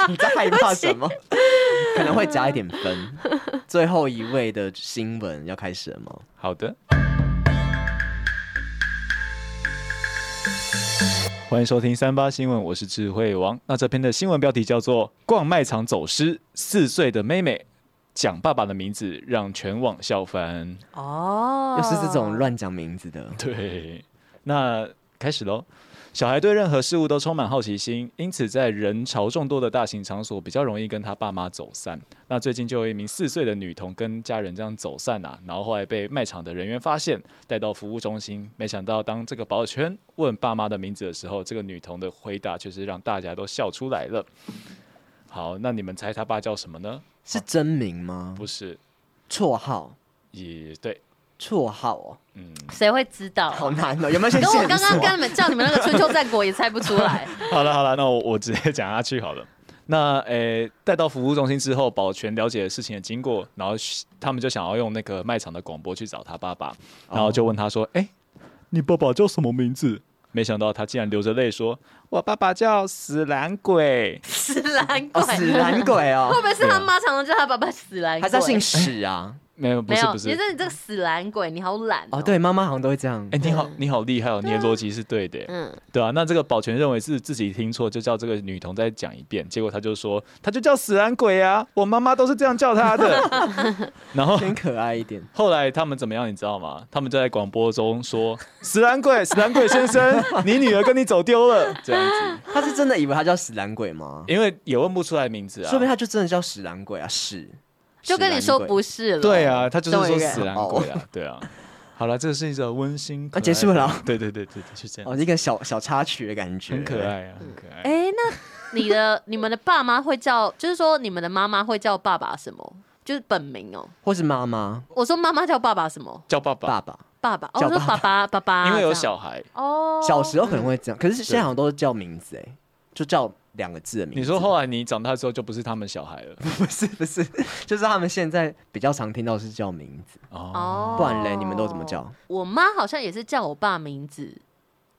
你在害怕什么？可能会加一点分。最后一位的新闻要开始了吗？
好的。欢迎收听三八新闻，我是智慧王。那这篇的新闻标题叫做《逛卖场走失，四岁的妹妹讲爸爸的名字，让全网笑翻》。
哦
又是这种乱讲名字的，
对，那开始喽。小孩对任何事物都充满好奇心，因此在人潮众多的大型场所比较容易跟他爸妈走散。那最近就有一名四岁的女童跟家人这样走散啊，然后后来被卖场的人员发现，带到服务中心。没想到当这个保全问爸妈的名字的时候，这个女童的回答却是让大家都笑出来了。好，那你们猜他爸叫什么呢？
是真名吗？
不是，
绰号，
也对，
绰号哦，
嗯，
谁会知道啊？
好难哦。有没有先
跟我
线
刚刚
索
跟
啊？
你们叫你们那个春秋战国也猜不出来。
好了好了，那我我直接讲下去好了。那诶，带、到服务中心之后，保全了解事情的经过，然后嘘他们就想要用那个卖场的广播去找他爸爸，然后就问他说：“哎、你爸爸叫什么名字？”没想到他竟然流着泪说：“我爸爸叫死懒鬼。
死懒鬼，
哦， 死懒鬼哦
会，不会是他妈常常叫他爸爸死懒鬼？
还是他姓史啊？”
没有，不
没
是
有，
不是
其。实你这个死懒鬼，你好懒
哦，对，妈妈好像都会这样
哎、。你好，你好厉害哦！你的逻辑是对的耶，
嗯，
对啊。那这个保全认为是自己听错，就叫这个女童再讲一遍。结果他就说，他就叫死懒鬼啊，我妈妈都是这样叫他的。然后
偏可爱一点，
后来他们怎么样，你知道吗？他们就在广播中说：“ 死懒鬼，死懒鬼先 生，你女儿跟你走丢了。”这样子，
他是真的以为他叫死懒鬼吗？
因为也问不出来名字啊。
说不定他就真的叫死懒鬼啊，史。
就跟你说不
是，
是了。
对，啊，他就是
懂
说
一个
死懒鬼啊，对啊。好了，这是一个温馨可爱的
哦啊结束了哦。
对对对对，就是这样
哦，，一个小小插曲的感觉，
很可。爱啊，很可爱。
哎，那你的你们的爸妈会叫，就是说你们的妈妈会叫爸爸什么？就是本名哦。
或是妈妈、
我说妈妈叫爸爸什么？
叫爸爸，
爸爸，
爸爸，哦，
叫
我说
爸
爸爸爸 爸，
哎
因为有
这样
小孩。
哦，
小时候可能会这样，可是现在好像都是叫名字，哎，就叫两个字的名字。
你说后来你长大之后就不是他们小孩了
不是不是，就是他们现在比较常听到是叫名字，
哦，
哦，
不然嘞你们都怎么叫？
我妈好像也是叫我爸名字，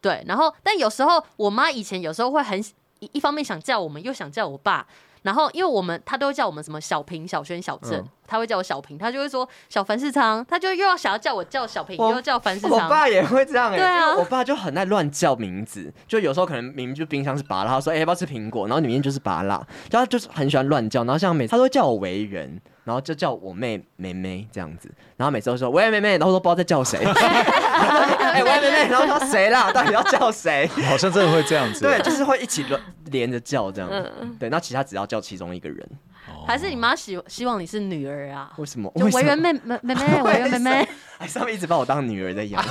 对，然后但有时候我妈以前有时候会很一一方面想叫我们，又想叫我爸，然后因为我们他都会叫我们什么小平、小轩、小郑，
嗯
他会叫我小平，他就会说小凡市场，他就又要想要叫我叫小平，
我
又要叫凡市
我
场。
爸也会这样哎、
对啊
因为我爸就很爱乱叫名字，就有时候可能明明就冰箱是拔拉，他说哎、要不要吃苹果，然后里面就是拔拉，就他就是很喜欢乱叫，然后像每次他都会叫我为人，然后就叫我妹妹妹这样子，然后每次都说喂妹妹，然后我都不知道在叫 谁，哎、喂妹妹，然后说谁啦，到底要叫谁？
好像真的会这样子。啊
对，就是会一起乱连着叫这样，
嗯
对，那其他只要叫其中一个人，
哦，
还是你妈希希望你是女儿啊？
为什么？
就维
为什么
园妹妹妹妹，维园妹妹。
哎，上面一直把我当女儿 在养，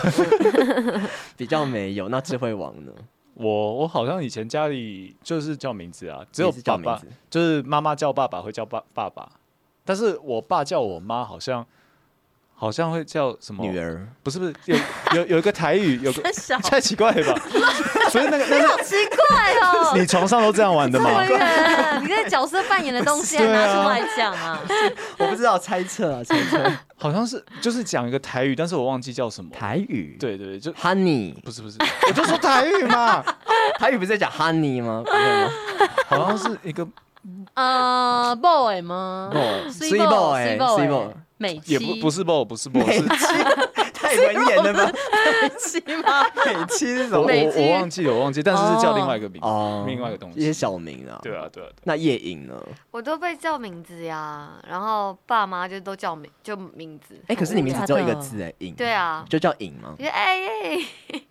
比较没有。那智慧王呢？
我我好像以前家里就是叫名字啊，只有
也是
爸
叫名
爸
字，
就是妈妈叫爸爸会叫爸爸爸，但是我爸叫我妈好像好像会叫什么
女，儿。
不是不是有有有一个台语有 个。
小，
太奇怪了吧？不是那个，那
好奇怪哦
是。你床上都这样玩的吗？
维园，你这角色扮演的东西还
对啊
拿出来讲啊？
我不知道，猜测啊，猜 测。
好像是就是讲一个台语，但是我忘记叫什么。
台语，
对对对，就
，Honey，
不是不是，我就说 台语嘛，
台语不是在讲 Honey 吗？不是 吗
好像是一个
呃，boy 吗
Boy，
Sweet
Sweet
boy，Sweet
boy，Sweet
boy，
boy
美
也不
妻
不是 b 不
哎
是 b 是
太文言了吧？
美妻吗？
美妻是什
我
么？
美
我
剧
我忘记了，我忘记，但是是叫另外一个名字，
哦
另外一个东
一些
西。
小名啊。
对啊，对啊，
那夜影呢？
我都被叫名字呀，然后爸妈就都叫名就名字。
哎，可是你
哦
名字只有一个字哎，影。
对
啊，
啊，
就叫影吗
我？觉得哎耶，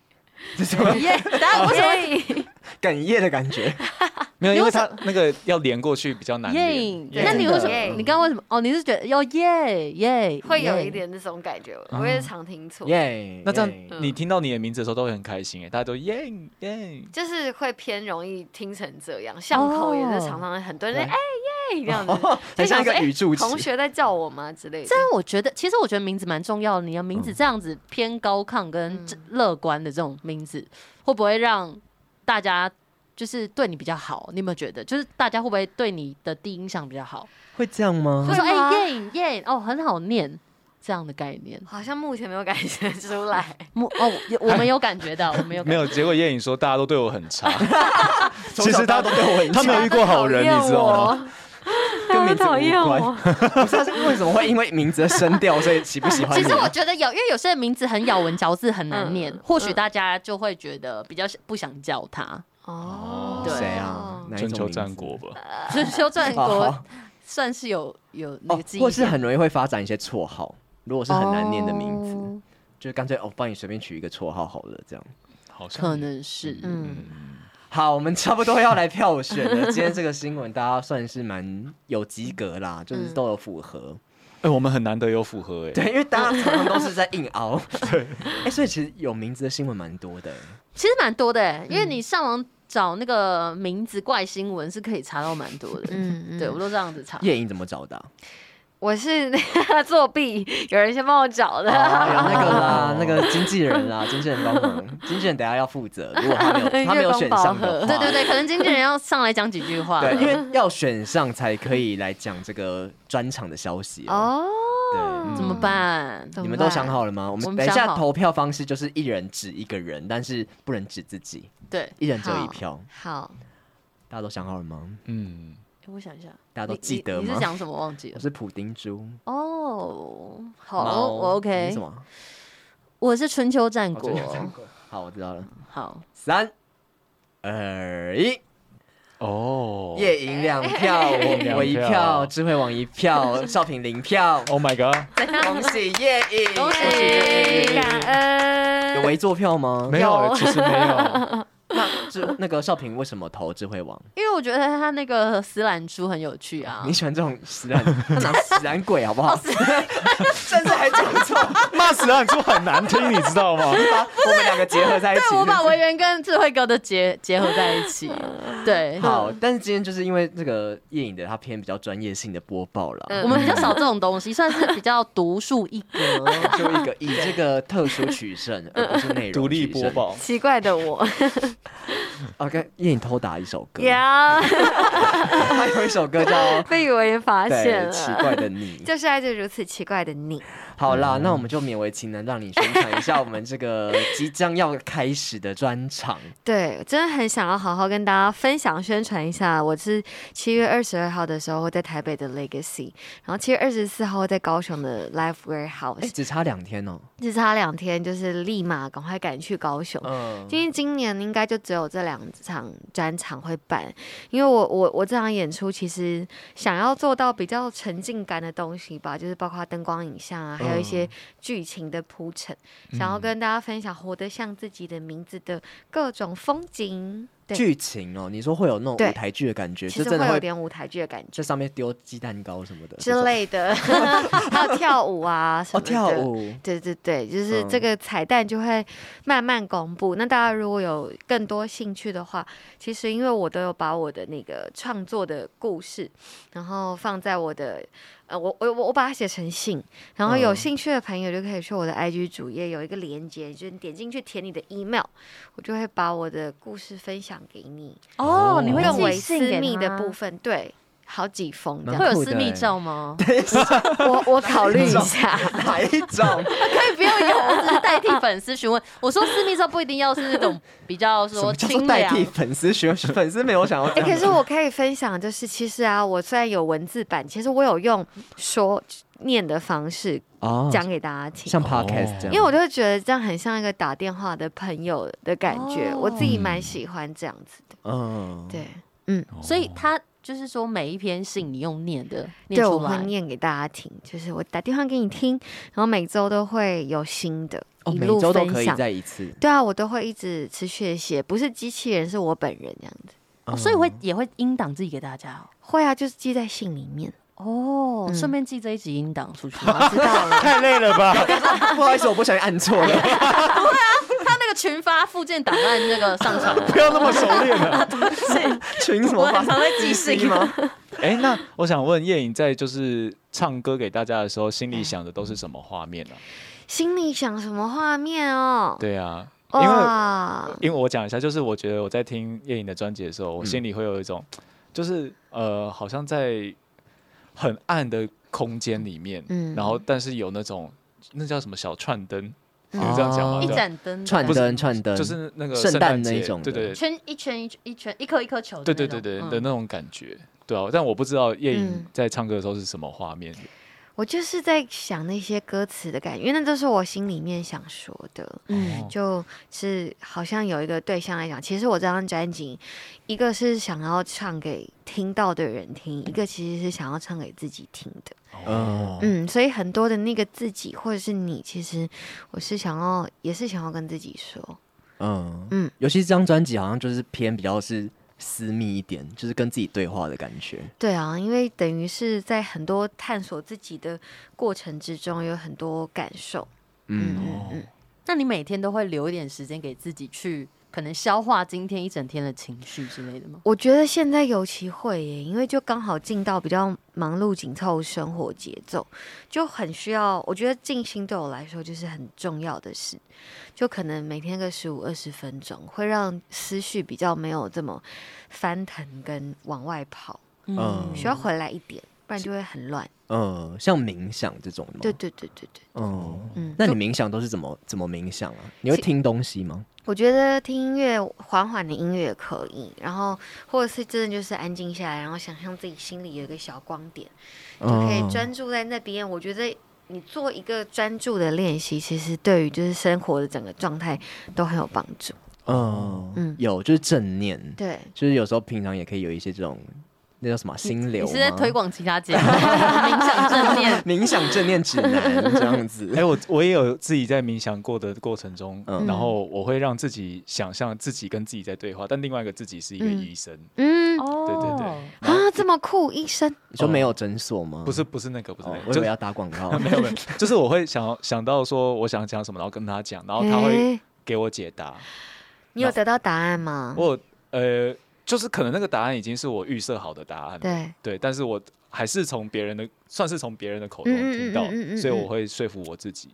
这是什么
耶，
哦
大家为什么
么？
哽咽的感觉？
没有，
你
因
为
为
什
他那个要连过去比较难
耶
连。？
对
那你为什
真的
么？你刚刚为什么？哦，你是觉得要耶耶？
会有
耶
一。点这种感觉，
哦
我也常听错，
耶，
那这
耶
样，你听到你的名字的时候都会很开心哎，大家都耶耶。
就是会偏容易听成这样。巷口也是常常很多人
哦对哦
哎耶这样子，
很像一个
就想说
语助
哦哎同
词。
学在叫我吗之类的
但。我觉得，其实我觉得名字蛮重要的。你的名字这样子偏高亢
嗯
跟这乐观的这种名字，会不会让大家就是对你比较好？你有没有觉得，就是大家会不会对你的第一印象比较好？
会这样吗
会
会？
说
吗
哎耶耶哦，很好念这样的概念。
好像目前没有感觉出 来，
我哦，有我们有感觉到，我们有
没
感
有，结果叶颖说大家都对我很 差，
从小
其实他
到大都对我很
他没有遇过好人，你知道吗？
哦跟名字
讨厌哦
无关。
我。
不是，他是为什么会因为名字的声调，所以喜不喜欢
其
你
实我
啊？
觉得有，因为有些名字很咬文嚼字，很难念，
嗯
或许大家就会觉得比较不想叫他。
哦，
对
谁啊？哪一种
春秋
名字
战国吧。
所以修战
哦
国
好
算是有有那
哦
个记忆，
或
点，
是很容易会发展一些绰号。如果是很难念的名字，
哦
就干脆哦，帮你随便取一个绰号好了，这样。
好像
可能是嗯。
嗯
好，我们差不多要来票 选了。今天这个新闻大家算是蛮有及格
嗯
啦，就是都有符合。
哎、我们很难得有符合哎、
对，因为大家常常都是在硬 熬。对，哎、所以其实有名字的新闻蛮多的、
其实蛮多的、欸，因为你上网找那个名字怪新闻是可以查到蛮多的。嗯，
嗯嗯，
对我都这样子查。
夜莺怎么找的啊、
我是作弊，有人先帮 我找的。
啊？有那个啦
哦，
那个经纪人啦，经纪人帮忙，经纪人等一下要负责。如果他没有他没有选上的话，
对对对，可能经纪人要上来讲几句话。
对，因为要选上才可以来讲这个专场的消息哦。
哦，
对，嗯
怎么办？
怎么办
你们都想好了吗？我
我
们
们
等一
想
下
好
投票方式就是一人指一个人，但是不能指自己，
对，
一人只有一票。
好，
大家都想好了吗？
嗯，
诶我想一下，
大家都
你
记得
你你
吗
是讲什么忘记
我
了？
是普丁猪，
哦，好，
猫
我
你
OK
是什。么？
我是春秋战
哦
国。
好，我知道了。
好，
三、二、一，
哦
夜莺两票，我我一
两
票，
票
智慧王 一票，少平零票。
，Oh my god，
恭喜夜莺，
恭喜
谢谢
哦哎感恩。
有围坐票吗？啊
没有欸、其实没 有，
那智那个少平为什么投智慧王？
因为我觉得他那个死懒猪很有趣啊
你。喜欢这种 死懒，他拿死懒鬼好不好？甚至还讲错，
骂死了，你就很难听，你知道吗？
把我们两个结合在一起。
对，我把
真是
维园跟智慧哥的结结合在一起。 对，
好，但是今天就是因为这个夜影的，它偏比较专业性的播报了。
嗯
我们比较少这种 东西，算是比较独树一格。
就一个以这个特殊取胜，而不是内容
独立
取胜
播。报，
奇怪的我，
啊，跟叶颖偷打一首歌，
呀，
他有一首歌叫 《
被语文也发现
对奇怪
了，
的你》。
就是爱着如此奇怪的你。
好啦，那我们就勉为其难让你宣传一下我们这个即将要开始的专 场。
对，真的很想要好好跟大家分享、宣传一下。我是七月二十二号的时候会在台北的 Legacy，然后七月二十四号会在高雄的 Life
哎、
Warehouse，
只差两天哦、
只差两天，就是立马赶快赶去高雄。
嗯，
因为今年应该就只有这两场专场会办，因为我我我这场演出其实想要做到比较沉浸感的东西吧，就是包括灯光影像啊，还有一
嗯
些剧情的铺陈，想要跟大家分享活得像自己的名字的各种风景。对，
剧情哦、你说会有那种
对
舞台剧的感觉，
其
就
实
真的
会有
会
点舞台剧的感觉。
在上面丢鸡蛋糕什么的这
之
种
类的， 还有跳舞啊什
哦，
么的。
跳舞。
对对对，就是
嗯
这个彩蛋就会慢慢公布。那大家如果有更多兴趣的话，其实因为我都有把我的那个创作的故事，然后放在我的呃，我我我我把它写成信，然后有
嗯
兴趣的朋友就可以去我的 IG 主页有一个连接，就是你点进去填你的 email，我就会把我的故事分享给你，
哦，你会
更为
寄
私
信给
密的
他
部分，对，好几封这
蛮
样
会。有
酷
私
的
密
欸
照 吗？
我我考虑一下，
哪一种？
不用有，我只是代替粉丝询问。我说私密照不一定要是那种比较
什么
说
叫
清
做代
凉
替，粉丝学？粉丝没有想要这
哎、
样。
可是我可以分享，就是其实啊，我虽然有文字版，其实我有用说念的方式
哦，
讲给大家听，
像 podcast 这样，
因为我就会觉得这样很像一个打电话的朋友的感觉，
哦
我自己蛮喜欢这样子的。
嗯，
对，
哦
所以他就是说每一篇信你用念的念
对，
出
我会
来。
念给大家听，就是我打电话给你听，然后每周都会有新的，
哦，
一
每
路
周都
分
可以
享。
再一次，
对啊，我都会一直持续的写，不是机器人，是我本人这样
哦
子。
嗯
所以会也会音档自己给大家
会啊，就是记在信里面。
哦，哦
嗯
顺便寄这一集音档 出去。
我知道了。
太累了 吧？
不好意思，我不小心按错 了，
他那个群发附件档案那个上 传，
不要那么熟练了。
群什
我
么
很
发
常在寄 信吗？
哎、那我想问叶颖，在就是唱歌给大家的时候，心里想的都是什么画面呢、
心里想什么画面哦？
对啊，因为
哇，
因为我讲一下，就是我觉得我在听叶颖的专辑的时
嗯
候，我心里会有一种，就是呃，好像在很暗的空间里面，
嗯
然后但是有那种那叫什么小串灯，
嗯
有这样讲吗？
哦
哦一
对
盏灯，
串
不是
灯串灯，
就是那个
圣
圣
诞
诞
那一
节
种
对
的
对
圈一圈一圈一圈一颗一颗球的
对
那种，
对对对
嗯
的那种感觉，对啊，但我不知道叶颖
嗯
在唱歌的时候是什么画面。
我就是在想那些歌词的感觉，因为那都是我心里面想说的。
嗯
哦
就是好像有一个对象来讲，其实我这张专辑，一个是想要唱给听到的人听，一个其实是想要唱给自己听的。
哦，
嗯，所以很多的那个自己或者是你，其实我是想要，也是想要跟自己说，
嗯嗯
嗯，
尤其是这张专辑好像就是偏比较是私密一点，就是跟自己对话的感觉。
对啊，因为等于是在很多探索自己的过程之中，有很多感受。嗯
嗯，
嗯嗯。
那你每天都会留一点时间给自己去，可能消化今天一整天的情绪之类的吗？
我觉得现在尤其会耶，因为就刚好进到比较忙碌紧凑生活节奏，就很需要。我觉得静心对我来说就是很重要的事，就可能每天个十五二十分钟，会让思绪比较没有这么翻腾跟往外跑，
嗯
需要回来一点，不然就会很乱。
嗯，像冥想这种的吗？
对，对对对对，
嗯，
嗯。
那你冥想都是怎么怎么冥想啊？你会
其
听东西吗？
我觉得听音乐缓缓的音乐也可以，然后或者是真的就是安静下来，然后想象自己心里有一个小光点。就可以
哦
专注在那边。我觉得你做一个专注的练习，其实对于就是生活的整个状态都很有帮助。
嗯嗯
嗯，
有就是正念，
对，
就是有时候平常也可以有一些这种那叫什么啊心流
你
吗？。
是在推广其他节目， 冥想正念
冥想正念指南这样子
哎、？ 我我也有自己在冥想过的过程中，
嗯
然后我会让自己想象自己跟自己在对话，但另外一个自己是一个
嗯
医生，
嗯
哦
对对对，
啊，这么酷，医生
你说没有诊所吗？
不是，不是那个不是
哦
那个，
我以
就
为要打广告。
没有没有，就是我会想想到说我想讲什么，然后跟他讲，然后他会
诶
给我解答。
你有得到答案吗？
我呃，就是可能那个答案已经是我预设好的答案了，
对，
对，但是我还是从别人的，算是从别人的口中
嗯嗯嗯
听到
嗯嗯，嗯
所以我会说服我自己。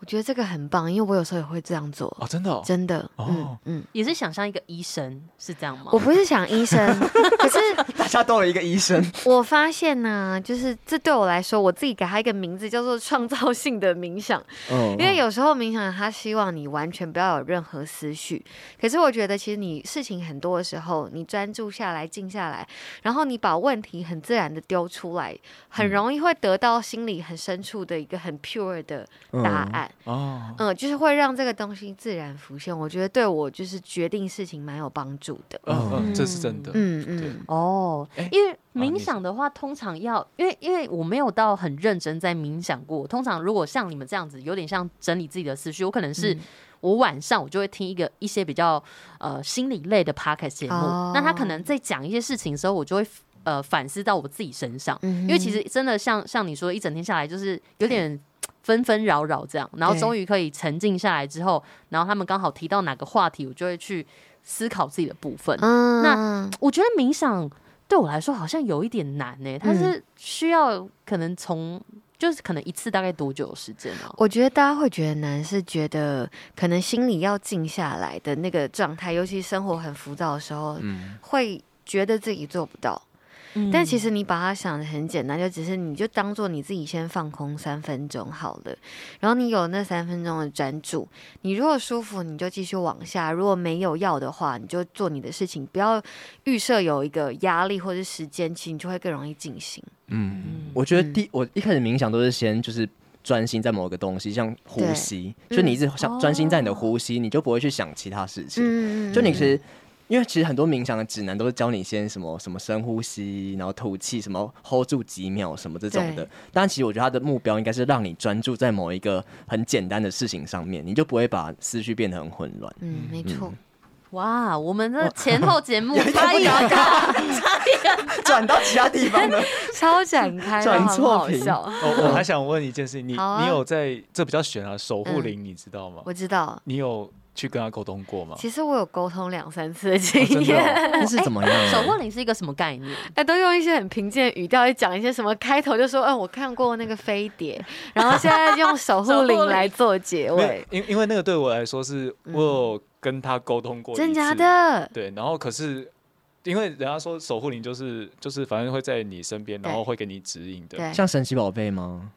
我觉得这个很棒，因为我有时候也会这样做，
哦，真的、哦，
真的。
哦
嗯嗯，
也是想象一个医生是这样吗？
我不是想医生， 可是
大家都有一个医生，
我发现呢、就是这对我来说，我自己给他一个名字叫做创造性的冥想，
嗯
因为有时候冥想他希望你完全不要有任何思绪，可是我觉得其实你事情很多的时候，你专注下来、静下来，然后你把问题很自然的丢出来，很容易会得到心里很深处的一个很 pure 的答案。
哦，
嗯，就是会让这个东西自然浮现。我觉得对我就是决定事情蛮有帮助的。
嗯
嗯
嗯，这是真的，
嗯
对
嗯，
哦
哎，
因为
你
冥
是
想的话，通常要因为因为我没有到很认真在冥想过。通常如果像你们这样子，有点像整理自己的思绪，我可能是、
嗯
我晚上我就会听一个一些比较呃心理类的 podcast 节目。
哦
那他可能在讲一些事情的时候，我就会呃反思到我自己身上，
嗯哼
因为其实真的像像你说，一整天下来就是有点。纷纷扰扰这样，然后
对
终于可以沉静下来之后，然后他们刚好提到哪个话题，我就会去思考自己的部分。
嗯，
那我觉得冥想对我来说好像有一点难呢、
嗯
它是需要可能从就是可能一次大概多久的时间啊？
我觉得大家会觉得难，是觉得可能心里要静下来的那个状态，尤其生活很浮躁的时候，
嗯
会觉得自己做不到。但其实你把它想的很简单，就只是你就当做你自己先放空三分钟好了，然后你有那三分钟的专注，你如果舒服你就继续往下，如果没有要的话，你就做你的事情，不要预设有一个压力或者时间，其实你就会更容易进行。
嗯，我觉得第我一开始冥想都是先就是。专心在某个东西，像呼
对
吸，就你一直
哦
想专心在你的呼吸，你就不会去想其他事情。
嗯
就你其实，因为其实很多冥想的指南都是教你先什么什么深呼吸，然后吐气，什么 hold 住几秒什么这种的
对。
但其实我觉得它的目标应该是让你专注在某一个很简单的事情上面，你就不会把思绪变得很混乱。
嗯，没错，
哇，我们的前后节 目差异很大，差异很大。
转到其他地 方呢？
超展开，
转
很
错
好
屏
笑。
哦，我还想问一件事情，你
好啊嗯
你有在这比较悬啊，守护灵你知道吗？
我知道，
你有去跟他沟通过吗？
其实我有沟通两三次的
啊哦
经
真的
验。
哦
那是
哎
怎么样？啊
守护灵是一个什么概念？
哎，都用一些很平静的语调去讲一些什么，开头就说，嗯，我看过那个飞 碟，然后现在用守
守
护
护
灵
灵
来做结
没有
尾，，
因因为那个对我来说是我有跟他沟通过，
嗯真假？的？
对，然后可是因为人家说守护灵就是就是反正会在你身边，
对
然后会给你指引的。
对，
像神奇宝贝吗？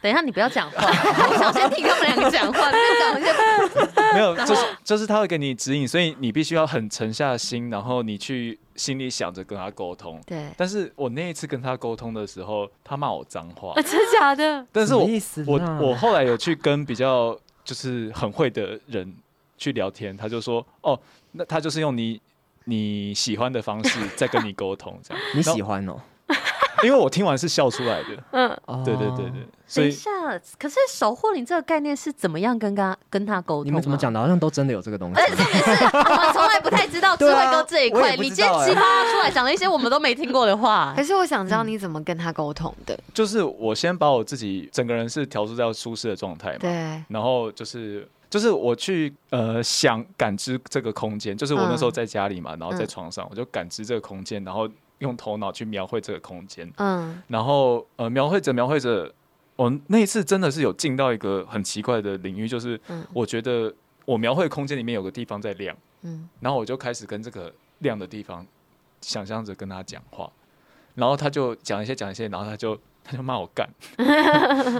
等一下，你不要讲话，我想先听他们两个讲话，你们讲一下。
没 有，就是就是他会给你指引，所以你必须要很沉下心，然后你去心里想着跟他沟通。
对，
但是我那一次跟他沟通的时候，他骂我脏话
啊，，真 假的？
但是我
什么意思
我
啦
我后来有去跟比较就是很会的人去聊天，他就说哦，那他就是用你你喜欢的方式
，
在跟你沟通这样
你喜欢哦？
然后？因为我听完是笑出来的，
哦
对对对对，，所
等一
以
下，可是守护灵这个概念是怎么样跟他跟他沟通、啊？
你们怎么讲的？好像都真的有这个东西
哎
而。且重点是 我们从来不太知道智
对啊
慧哥这一
我
块，
也不
你
知道
今天
哎
激发他出来讲了一些我们都没听过的 话
可。是我想知道你怎么跟他沟通的。
就是我先把我自己整个人是调试到舒适的状态嘛，
对，
然后就是就是我去呃想感知这个空间，就是我那时候在家里嘛，然后在
嗯
床上我就感知这个空间，然后用头脑去描绘这个空间，
嗯，
然后呃描绘着描绘着，我那一次真的是有进到一个很奇怪的领域，就是
嗯
我觉得我描绘空间里面有个地方在亮，
嗯，
然后我就开始跟这个亮的地方想象着跟他讲话，然后他就讲一些讲一些，然后他就 他就骂我 干，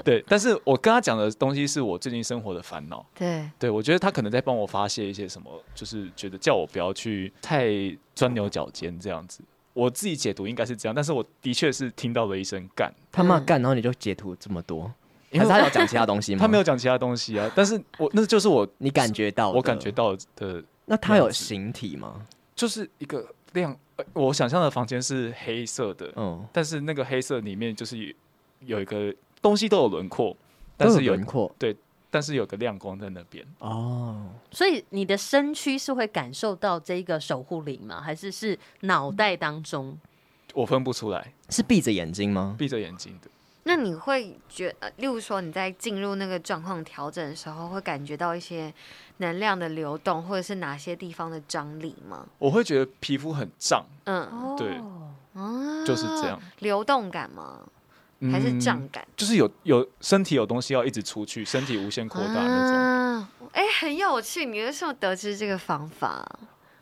对，但是我跟他讲的东西是我最近生活的烦恼，
对，
对我觉得他可能在帮我发泄一些什么，就是觉得叫我不要去太钻牛角尖这样子。我自己解读应该是这样，但是我的确是听到了一声干，
他骂干，然后你就截图这么多，
因
还
为
是他有讲其他东西吗？
他没有，讲其他东西啊，但是我那就是我
你感觉到？
我感觉。到的，
那他有
样子
形体吗？
就是一个亮，呃我想象的房间是黑色的，
嗯，
但是那个黑色里面就是有有一个东西都有轮廓，但
都有
是有
轮廓
但是有个亮光在那边，
哦。
所以你的身躯是会感受到这一个守护灵吗？还是是脑袋当中？
我分不出来，
是闭着眼睛吗？
闭着眼睛的。
那你会觉呃例如说你在进入那个状况调整的时候，会感觉到一些能量的流动，或者是哪些地方的张力吗？
我会觉得皮肤很胀，
嗯，
对
哦
啊
就是这样。
流动感吗？
嗯
还是胀感？
就是有有身体有东西要一直出去，身体无限扩大那种。
啊，哎、很有趣，你为什么得知这个方法？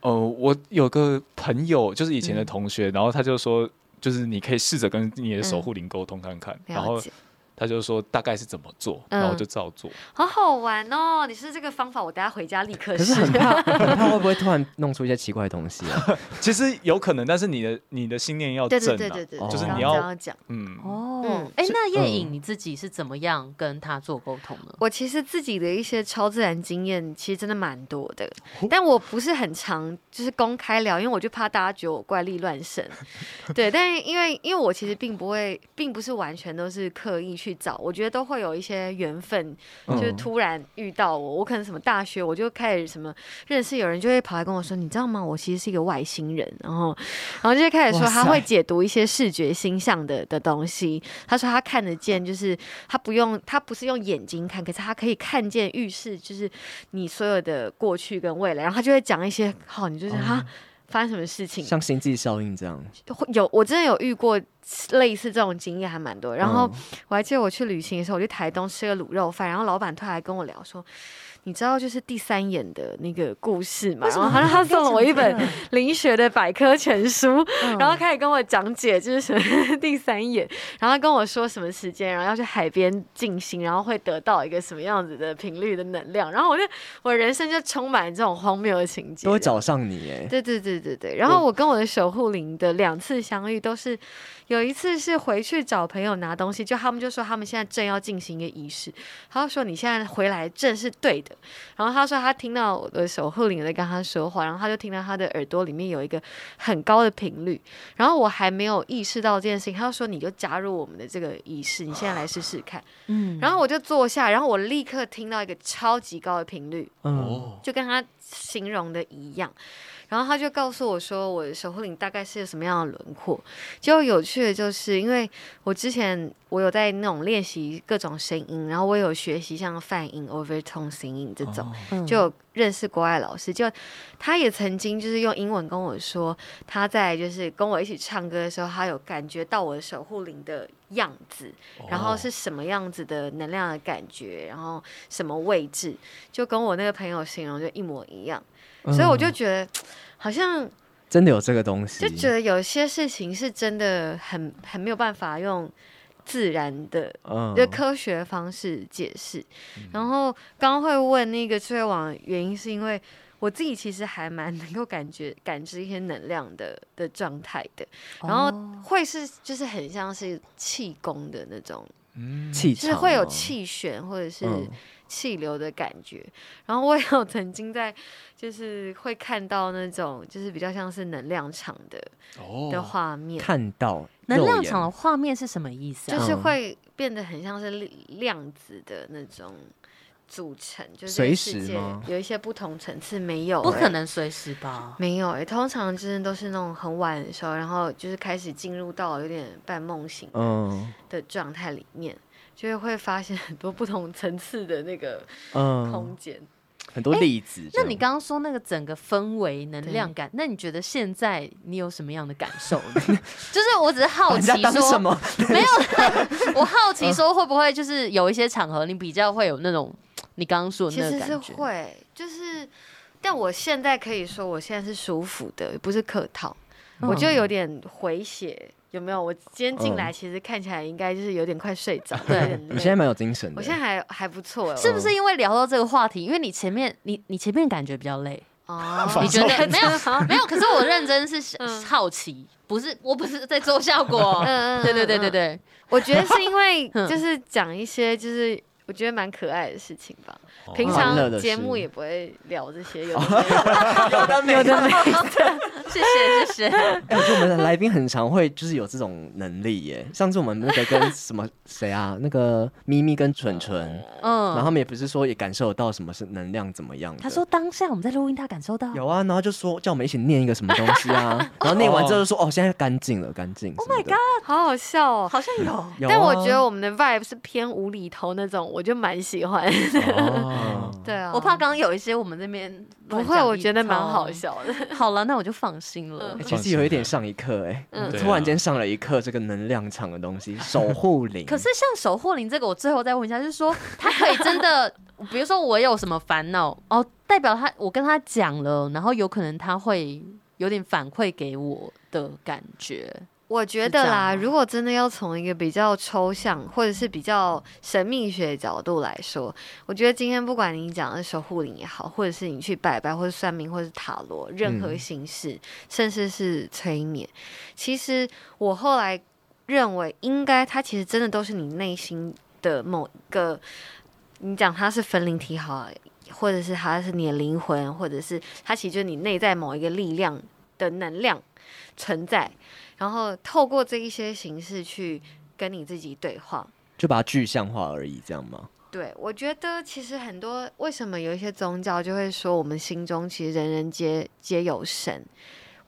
哦、我有个朋友，就是以前的同学，然后他就
嗯
说，就是你可以试着跟你的守护灵沟通看看，然
嗯了
后
解，
他就说大概是怎么做，
嗯
然后我就照做。
好好玩哦！你是这个方法，我等下回家立刻
可是
试。
很 怕，很怕会不会突然弄出一些奇怪的东西啊？
其实有可能，但是你的你的信念要
对
正、啊，
对对对对，
就是
刚
你要
刚这样讲。
嗯，
哦
嗯，
哎、
是
那叶颖
嗯
你自己是怎么样跟他做沟通呢？
我其实自己的一些超自然经验，其实真的蛮多的
哦，
但我不是很常就是公开聊，因为我就怕大家觉得我怪力乱 神。对，但是因为因为我其实并不会，并不是完全都是刻意去找，我觉得都会有一些缘分，就是
嗯
突然遇到我，我可能什么大学我就开始什么认识有人就会跑来跟我说，你知道吗？我其实是一个外星人，然后然后就会开始说
哇塞
他会解读一些视觉星象的的东西，他说他看得见，就是他不用，他不是用眼睛看，可是他可以看见预示，就是你所有的过去跟未来。然后他就会讲一些，好，你就是哈、发生什么事情？
像星际效应这样，
会有，我真的有遇过类似这种经验，还蛮多。然后我还记得我去旅行的时候，我去台东吃个卤肉饭，然后老板突然来跟我聊说。你知道就是第三眼的那个故事嘛？然后他他送了我一本灵学的百科全书，然后开始跟我讲解就是什么第三眼，然后他跟我说什么时间，然后要去海边静心，然后会得到一个什么样子的频率的能量。然后我就我人生就充满这种荒谬的情节，
都会找上你哎。
对对对对对。然后我跟我的守护灵的两次相遇，都是有一次是回去找朋友拿东西，就他们就说他们现在正要进行一个仪式，他就说你现在回来正是对的。然后他说他听到我的守护灵在跟他说话，然后他就听到他的耳朵里面有一个很高的频率。然后我还没有意识到这件事情，他就说你就加入我们的这个仪式，你现在来试试看。
嗯，
然后我就坐下，然后我立刻听到一个超级高的频率，
嗯，
哦，
就跟他形容的一样。然后他就告诉我说，我的守护灵大概是有什么样的轮廓。结果有趣的就是，因为我之前我有在那种练习各种声音，然后我有学习像泛音、overtone 声音这
哦
种，
嗯
就有认识国外老师，就他也曾经就是用英文跟我说，他在就是跟我一起唱歌的时候，他有感觉到我的守护灵的样子，然后是什么样子的能量的感觉，然后什么位置，就跟我那个朋友形容就一模一样，所以我就觉得。好像
真的有这个东西，
就觉得有些事情是真的很很没有办法用自然的
嗯
就科学方式解释。然后刚刚会问那个智慧网，原因是因为我自己其实还蛮能够感觉感知一些能量的的状态的，然后会是就是很像是气功的那种，
嗯
气
就
场
是会有
哦，
气旋或者是
嗯
气流的感觉。然后我也有曾经在就是会看到那种就是比较像是能量场的的
哦，
画面，
看到
能量
肉眼
场的画面是什么意思啊？
就是
嗯
会变得很像是粒量子的那种组成，就是
随
世
时
界
吗
有一些不同层次没有、欸
不可。能随时 吧？
没有诶、通常真的都是那种很晚的时候，然后就是开始进入到有点半梦醒
嗯
的状态里面，就会发现很多不同层次的那个空
嗯，
间。
很
哎
多例子这
那
样。
你刚刚说那个整个氛围能量感，那你觉得现在你有什么样的感受呢？就是我只是
把
好
人
奇
家当什
说，
么？
没有，我好奇说会不会就是有一些场合你比较会有那种你刚刚说的
其
那
实
个
是
感觉？
会，就是，但我现在可以说，我现在是舒服的，不是客套。我就有点回血，有没有？我今天进来，其实看起来应该就是有点快睡着，
对
有点
你现在
累。
蛮有精神的。
我现在还还不错，
是不是因为聊到这个话题？因为你前面你你前面感觉比较 累，
哦，
你觉得没有
好？
没有？可是我认真是想
嗯
好奇，不是我不是在做效果。
嗯
对对对对，
嗯嗯
对，
我觉得是因为
嗯
就是讲一些就是。我觉得蛮可爱的事情吧，平
欢乐
常
的
节
事
目也不会聊这些，有的 没
有
嗯
的没有。
谢谢谢谢。
哎，我觉得我们的来宾很常会就是有这种能力耶。上次我们那个跟什么谁啊，那个咪咪跟蠢蠢，然后
嗯，
他们也不是说也感受到什么是能量怎么样的。
他说当下我们在录音，他感受到。
有啊，然后就说叫我们一起念一个什么东西 啊，然后念完之后就说哦，现在干净了，干净什么的。Oh my god！
有好好笑哦。
好像有，
但我觉得我们的 vibe 是偏无厘头那种，我就蛮喜欢。
哦，
嗯
对啊，
我怕刚刚有一些我们这边
不
乱
会，
讲
我
一
觉得蛮
套
好。笑的。
好了，那我就放心了
嗯。
哎其实有一点上一课哎、
嗯
对啊
突然间上了一课这个能量场的 东西，守护灵。
可是像守护灵这个，我最后再问一下，就是 说他可以真的，比如说我有什么烦恼哦，代表他我跟他讲了，然后有可能他会有点反馈给我的感觉。
我觉
是
得
这样
啦，
吗
如果真的要从一个比较抽象或者是比较神秘学的角度来说，我觉得今天不管你讲的是守护灵也好，或者是你去拜拜，或者算命，或者是塔罗，任何
嗯
形式，甚至是催眠，其实我后来认为，应该它其实真的都是你内心的某一个，你讲它是分灵体好，或者是它是你的灵魂，或者是它其实就是你内在某一个力量的能量存在，然后透过这一些形式去跟你自己对话。
就把它具象化而已，这样吗？
对，我觉得其实很多为什么有一些宗教就会说我们心中其实人人皆皆有神，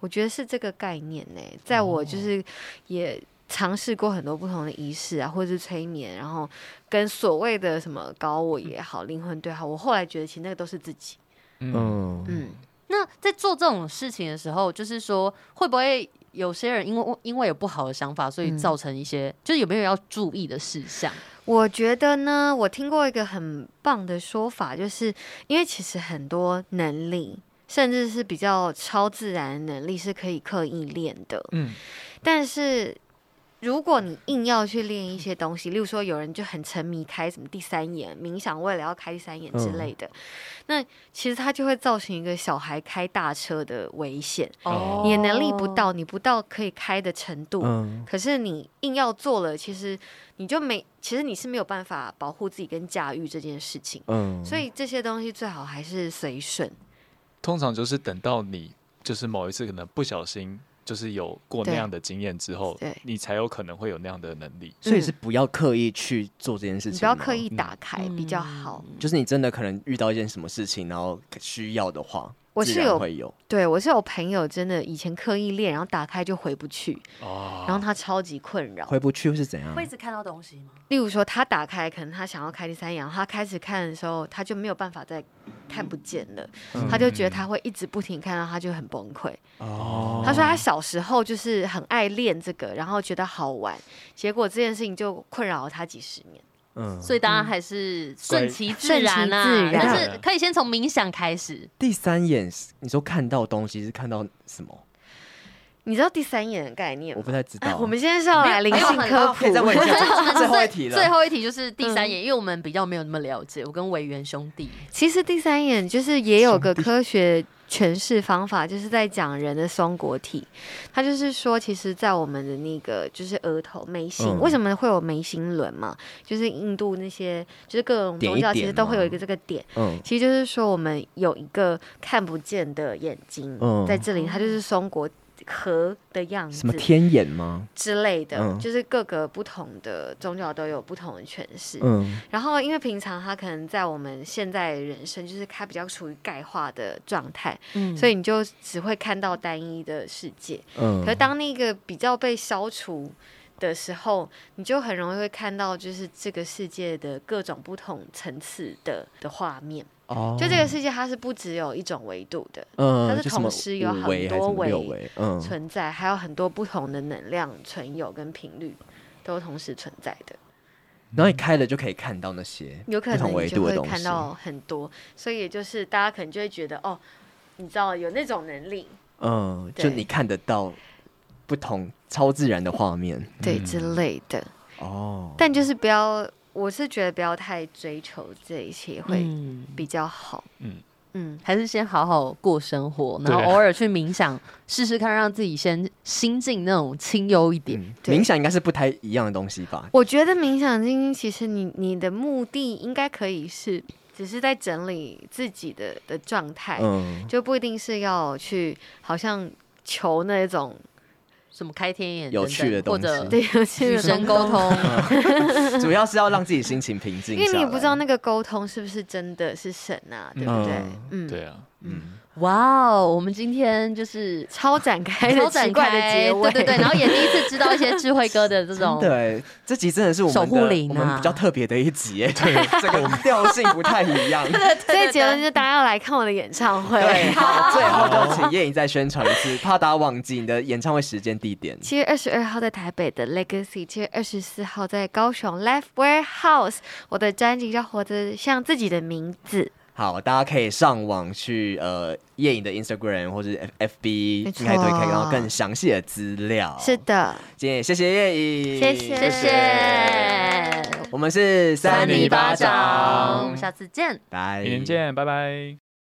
我觉得是这个概念呢、在我就是也尝试过很多不同的仪式啊，或者是催眠，然后跟所谓的什么高我也好、灵魂对话，我后来觉得其实那个都是自己。
嗯，
嗯，
嗯，
那在做这种事情的时候，就是说会不会有些人因为因为有不好的想法，所以
嗯
造成一些，就是有没有要注意的事项？
我觉得呢，我听过一个很棒的说法，就是因为其实很多能力，甚至是比较超自然的能力，是可以刻意练的。
嗯，
但是如果你硬要去练一些东西，例如说有人就很沉迷开什么第三眼冥想，为了要开第三眼之
嗯
类的，那其实它就会造成一个小孩开大车的危险。
哦
你的能力不 到，你不到可以开的程度，
嗯，
可是你硬要做了，其实你就没，其实你是没有办法保护自己跟驾驭这件事情。
嗯，
所以这些东西最好还是随顺。
通常就是等到你就是某一次可能不小心就是有过那
对
样的经验之后
对，
你才有可能会有那样的能力。
所以是不要刻意去做这件事
嗯你
情，
不要刻
嗯
意，打开、比较好。
就是你真的可能遇到一件什么事情，然后需要的话，
我
自
是
然
有
会有，
对我是有朋友真的以前刻意练，然后打开就回不去，
哦，
然后他超级困扰。
回不去是怎样？
直看到东西吗？
例如说他打开，可能他想要开第三眼，然后他开始看的时候，他就没有办法再看不见了，
嗯
他就觉得他会一直不停看到，他就很崩溃。
哦
他说他小时候就是很爱练这个，然后觉得好玩，结果这件事情就困扰了他几十年。
嗯，
所以大家还是顺其自
顺其
然啊，
自然
但是可以先从冥想开始。
第三眼是，你说看到东西是看到什么？
你知道第三眼的概念
我
吗？
不太知道。
哎我们今天是要来灵性
没有很
科
高
普
可以，再问 一下最后一题了。
最后一题就是第
嗯
三眼，因为我们比较没有那么了解，我跟委员兄弟。
其实第三眼就是也有个科学诠释方法，就是在讲人的松果体。它就是说，其实，在我们的那个就是额头眉心，
嗯
为什么会有眉心轮嘛？就是印度那些就是各种
点
宗
一
教其实
点
都会有
吗
一个这个点。
嗯
其实就是说，我们有一个看不见的眼睛，
嗯
在这里，它就是松果核的样
什么
子
天眼吗？
之类的，
嗯
就是各个不同的宗教都有不同的诠释。
嗯
然后，因为平常它可能在我们现在人生，就是它比较处于钙化的状态，
嗯
所以你就只会看到单一的世界。
嗯
可是当那个比较被消除的时候，你就很容易会看到，就是这个世界的各种不同层次的的画面。
哦
就这个世界，它是不只有一种维度的
嗯，
它是
就什么
同时有很
五维还是
多
什么六
维
维，嗯，
存在，还有很多不同的能量存有跟频率都同时存在的，
然后你开了就可以看到那些
有可
不同
能
维
你就
度的
会
东西
看。到很多，所以也就是大家可能就会觉得哦，你知道有那种能力，
嗯，就
对
你看得到不同超自然的画面。
对
嗯
之类的，
哦，
但就是不要，我是觉得不要太追求这一切会
嗯，
比较好，
嗯
嗯。
还是先好好过生活，然
对
后偶尔去冥想，试试看，让自己先心境那种清幽一点。
嗯
对
冥想应该是不太一样的东西吧？
我觉得冥想精英，其实你你的目的应该可以是，只是在整理自己的的状态，
嗯，
就不一定是要去好像求那种
什么开天眼
有
等等
趣的东西
或者
对有趣
与
的
神
东
沟
西，
通，
嗯
主要是要让自己心情平静。
因为你也不知道，那个沟通是不是真的是神啊，对不对
嗯？
嗯，
对啊，
嗯，
哇哦，我们今天就是
超展开
超
的
展
奇怪的
开
结尾，
对对对，然后也第一次知道一些智慧哥的这
真
种
的欸，这集真的是我们
守护
的
灵
我
啊
们比较特别的一集欸，对， 这个调性不太 一样。
所以结论就是大家要来看我的演唱会。
对，好，最后就请叶颖再宣传一次，怕大家忘记你的演唱会时间地 点。
七月二十二号在台北的 Legacy，七月二十四号在高雄 Left Warehouse。我的专辑叫《活得像自己的名字》，
好，大家可以上网去呃叶颖的 Instagram 或者 F B，
没
应
错
该都可以看到更详细的资料。
是，的，
今天也谢谢叶颖，
谢谢
谢谢
我们是
三
三
米
米
巴
巴
掌
掌，我们下次见。
拜，
明天见，拜拜。